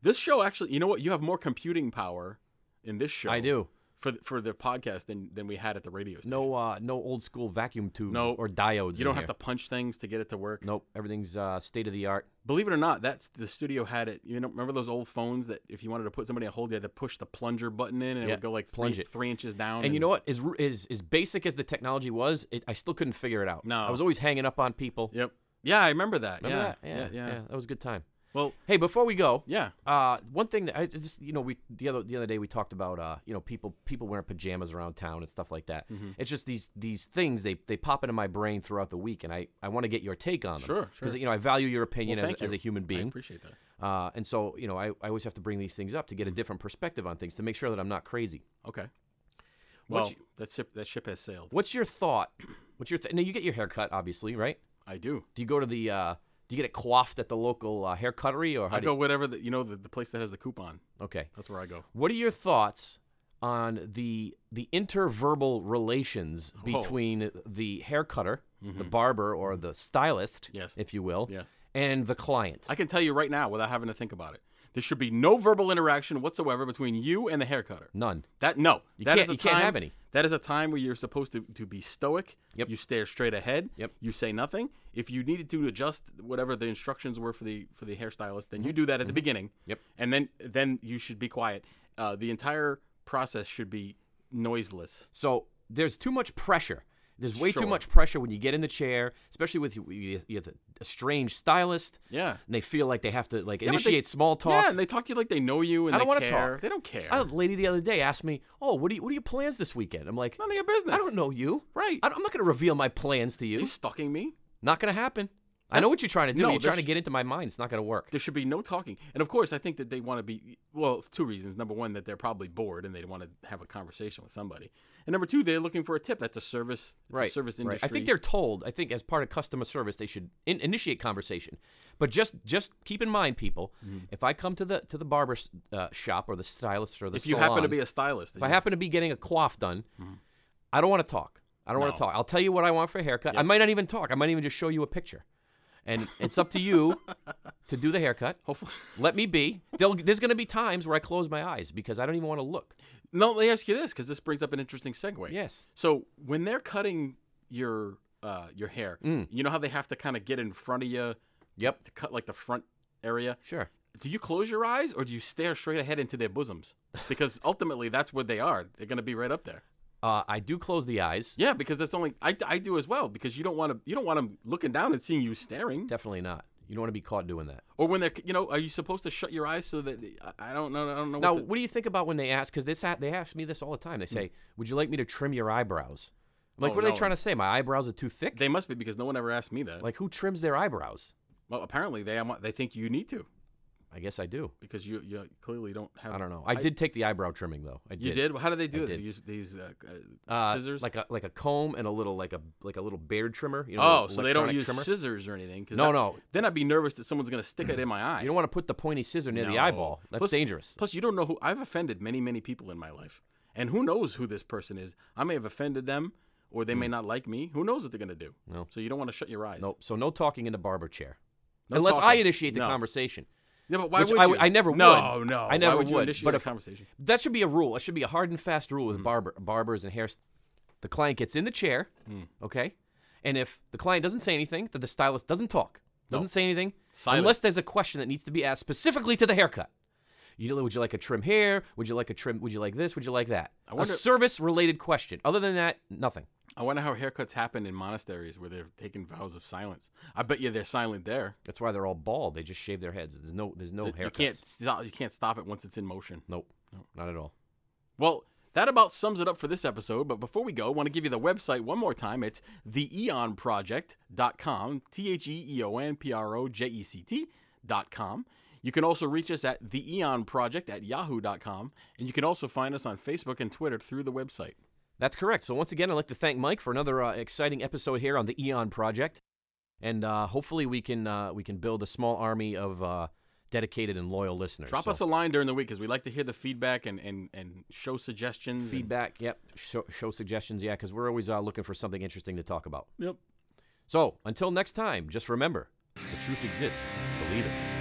Speaker 2: This show actually, you know what? You have more computing power in this show.
Speaker 1: I do.
Speaker 2: for th- for the podcast than than we had at the radio station.
Speaker 1: No, uh, no old school vacuum tubes
Speaker 2: No.
Speaker 1: or diodes.
Speaker 2: You don't have to punch things to get it to work.
Speaker 1: Nope, everything's uh, state of the art.
Speaker 2: Believe it or not, that's the studio had it. You know, remember those old phones that if you wanted to put somebody a hold, you had to push the plunger button in and it
Speaker 1: Yeah,
Speaker 2: would go like
Speaker 1: plunge
Speaker 2: three,
Speaker 1: it.
Speaker 2: three inches down.
Speaker 1: And you know what? As ru- as as basic as the technology was, it, I still couldn't figure it out.
Speaker 2: No.
Speaker 1: I was always hanging up on people.
Speaker 2: Yep. Yeah, I remember that.
Speaker 1: Remember
Speaker 2: yeah.
Speaker 1: that? Yeah, yeah, That was a good time.
Speaker 2: Well,
Speaker 1: Hey, before we go,
Speaker 2: yeah.
Speaker 1: Uh, one thing that I just you know we the other the other day we talked about uh you know people people wearing pajamas around town and stuff like that.
Speaker 2: Mm-hmm.
Speaker 1: It's just these these things they they pop into my brain throughout the week, and I I want to get your take on them.
Speaker 2: Sure,
Speaker 1: Because
Speaker 2: sure.
Speaker 1: you know I value your opinion
Speaker 2: Well,
Speaker 1: as,
Speaker 2: thank you.
Speaker 1: as a human
Speaker 2: I
Speaker 1: being,
Speaker 2: appreciate that.
Speaker 1: uh, and so you know I I always have to bring these things up to
Speaker 2: Mm-hmm.
Speaker 1: get a different perspective on things to make sure that I'm not crazy.
Speaker 2: Okay.
Speaker 1: What
Speaker 2: Well, that ship that ship has sailed.
Speaker 1: What's your thought? What's your th- now you get your hair cut obviously right?
Speaker 2: I do.
Speaker 1: Do you go to the uh, do you get it coiffed at the local uh, hair cuttery or how
Speaker 2: I
Speaker 1: do
Speaker 2: go whatever the you know the, the place that has the coupon.
Speaker 1: you, okay?
Speaker 2: That's where I go.
Speaker 1: What are your thoughts on the the interverbal relations between the hair cutter, the barber, or the stylist,
Speaker 2: Mm-hmm. Yes.
Speaker 1: if you will,
Speaker 2: Yeah.
Speaker 1: and the client?
Speaker 2: I can tell you right now without having to think about it. There should be no verbal interaction whatsoever between you and the hair cutter.
Speaker 1: None.
Speaker 2: That no. You
Speaker 1: can't- you can't have any.
Speaker 2: That is a time where you're supposed to, to be stoic.
Speaker 1: Yep.
Speaker 2: You stare straight ahead.
Speaker 1: Yep.
Speaker 2: You say nothing. If you needed to adjust whatever the instructions were for the for the hairstylist, then you do that at the beginning.
Speaker 1: Mm-hmm. Yep.
Speaker 2: And then then you should be quiet. Uh, the entire process should be noiseless.
Speaker 1: So there's too much pressure. There's way too
Speaker 2: Sure.
Speaker 1: much pressure when you get in the chair, especially with you, you, you have a, a strange stylist.
Speaker 2: Yeah.
Speaker 1: And they feel like they have to like
Speaker 2: but they-
Speaker 1: initiate small talk.
Speaker 2: Yeah, and they talk to you like they know you and
Speaker 1: I don't
Speaker 2: they
Speaker 1: wanna
Speaker 2: care.
Speaker 1: talk.
Speaker 2: They don't care.
Speaker 1: I had a lady the other day asked me, "Oh, what do you what are your plans this weekend?" I'm like,
Speaker 2: None of your business.
Speaker 1: "I don't know you.
Speaker 2: Right.
Speaker 1: I don't- I'm not going to reveal my plans to
Speaker 2: You stalking me?
Speaker 1: Not gonna happen. I know
Speaker 2: That's-
Speaker 1: what you're trying to do.
Speaker 2: no,
Speaker 1: you're trying to
Speaker 2: there's-
Speaker 1: get into my mind. It's not gonna work.
Speaker 2: There should be no talking. And of course, I think that they want to be well, two reasons. Number one, that they're probably bored and they want to have a conversation with somebody. And number two, they're looking for a tip. That's a service. It's A service industry.
Speaker 1: I think they're told. I think as part of customer service, they should in- initiate conversation. But just just keep in mind, people,
Speaker 2: Mm-hmm.
Speaker 1: if I come to the to the barber s- uh, shop or the stylist or the
Speaker 2: If you happen to
Speaker 1: salon,
Speaker 2: be a stylist,
Speaker 1: if I happen to be getting a coif done,
Speaker 2: Mm-hmm.
Speaker 1: I don't want to talk. I don't want to talk. I'll tell you what I want for a haircut. I might not even talk. I might even just show you a picture, and it's up to you to do the haircut.
Speaker 2: hopefully,
Speaker 1: Let me be. There'll, there's going to be times where I close my eyes because I don't even want to look.
Speaker 2: no. Let me ask you this, because this brings up an interesting segue.
Speaker 1: Yes.
Speaker 2: So when they're cutting your uh, your hair,
Speaker 1: Mm.
Speaker 2: you know how they have to kind of get in front of you
Speaker 1: Yep.
Speaker 2: to cut like the front area.
Speaker 1: Sure.
Speaker 2: Do you close your eyes or do you stare straight ahead into their bosoms? Because ultimately, that's what they are. They're going to be right up there.
Speaker 1: Uh, I do close the eyes.
Speaker 2: Yeah, because that's only I, I do as well because you don't want to you don't want them looking down and seeing you staring.
Speaker 1: Definitely not. You don't want to be caught doing that.
Speaker 2: Or when they're you know are you supposed to shut your eyes so that they, I- I don't know I don't know.
Speaker 1: Now,
Speaker 2: what the-
Speaker 1: what do you think about when they ask? Because this ha- they ask me this all the time. They say, "Would you like me to trim your eyebrows?" I'm like,
Speaker 2: Mm. Oh,
Speaker 1: "What are
Speaker 2: no.
Speaker 1: they trying to say? My eyebrows are too thick."
Speaker 2: they must be because no one ever asked me that.
Speaker 1: like, who trims their eyebrows?
Speaker 2: well, apparently they want- they think you need to
Speaker 1: I guess I do.
Speaker 2: because you you clearly don't have.
Speaker 1: I don't know. I, did take the eyebrow trimming though. I did.
Speaker 2: You did? Well, How do they do it? They
Speaker 1: did.
Speaker 2: use these uh, uh,
Speaker 1: Uh,
Speaker 2: scissors.
Speaker 1: like a like a comb and a little like a like a little beard trimmer. You know,
Speaker 2: oh,
Speaker 1: the
Speaker 2: so they don't
Speaker 1: electronic
Speaker 2: use
Speaker 1: trimmer.
Speaker 2: scissors or anything. 'cause
Speaker 1: No,
Speaker 2: that-
Speaker 1: no.
Speaker 2: Then I'd be nervous that someone's gonna stick it in my eye.
Speaker 1: You don't want to put the pointy scissor near the
Speaker 2: No.
Speaker 1: eyeball. That's
Speaker 2: Plus-
Speaker 1: dangerous.
Speaker 2: Plus, you don't know who I've offended many, many people in my life, and who knows who this person is. I may have offended them, or they may not like me. Who knows what they're gonna do?
Speaker 1: Hmm. No.
Speaker 2: So you don't want to shut your eyes.
Speaker 1: Nope. So no talking in the barber chair,
Speaker 2: No
Speaker 1: unless I
Speaker 2: talking.
Speaker 1: initiate the
Speaker 2: No.
Speaker 1: conversation.
Speaker 2: Yeah, but why
Speaker 1: Which
Speaker 2: would
Speaker 1: I
Speaker 2: you?
Speaker 1: would- I never
Speaker 2: no,
Speaker 1: would.
Speaker 2: No,
Speaker 1: I never
Speaker 2: why would. You
Speaker 1: would,
Speaker 2: initiate
Speaker 1: but
Speaker 2: a
Speaker 1: if-
Speaker 2: conversation.
Speaker 1: That should be a rule. It should be a hard and fast rule with
Speaker 2: Mm.
Speaker 1: barber, barbers and hair. The client gets in the chair,
Speaker 2: Mm.
Speaker 1: okay, and if the client doesn't say anything, then the stylist doesn't talk, doesn't say anything,
Speaker 2: Silence.
Speaker 1: unless there's a question that needs to be asked specifically to the haircut. You know, would you like a trim hair? Would you like a trim? Would you like this? Would you like that?
Speaker 2: wonder-
Speaker 1: a service-related question. Other than that, nothing.
Speaker 2: I wonder how haircuts happen in monasteries where they're taking vows of silence. I bet you they're silent there.
Speaker 1: That's why they're all bald. They just shave their heads. There's no, there's no Oh, haircuts.
Speaker 2: You can't stop. You can't stop it once it's in motion.
Speaker 1: Nope, not at all.
Speaker 2: Well, that about sums it up for this episode. But before we go, I want to give you the website one more time. It's theeonproject.com, T H E E O N P R O J E C T.com. You can also reach us at theeonproject at yahoo.com. And you can also find us on Facebook and Twitter through the website.
Speaker 1: That's correct. So once again, I'd like to thank Mike for another uh, exciting episode here on the Eon Project, and uh, hopefully we can uh, we can build a small army of uh, dedicated and loyal listeners.
Speaker 2: Drop
Speaker 1: So
Speaker 2: us a line during the week because we like to hear the feedback and, and, and show suggestions. and-
Speaker 1: feedback. Yep, show, show suggestions. Yeah, because we're always uh, looking for something interesting to talk about.
Speaker 2: yep.
Speaker 1: So until next time, just remember, the truth exists. Believe it.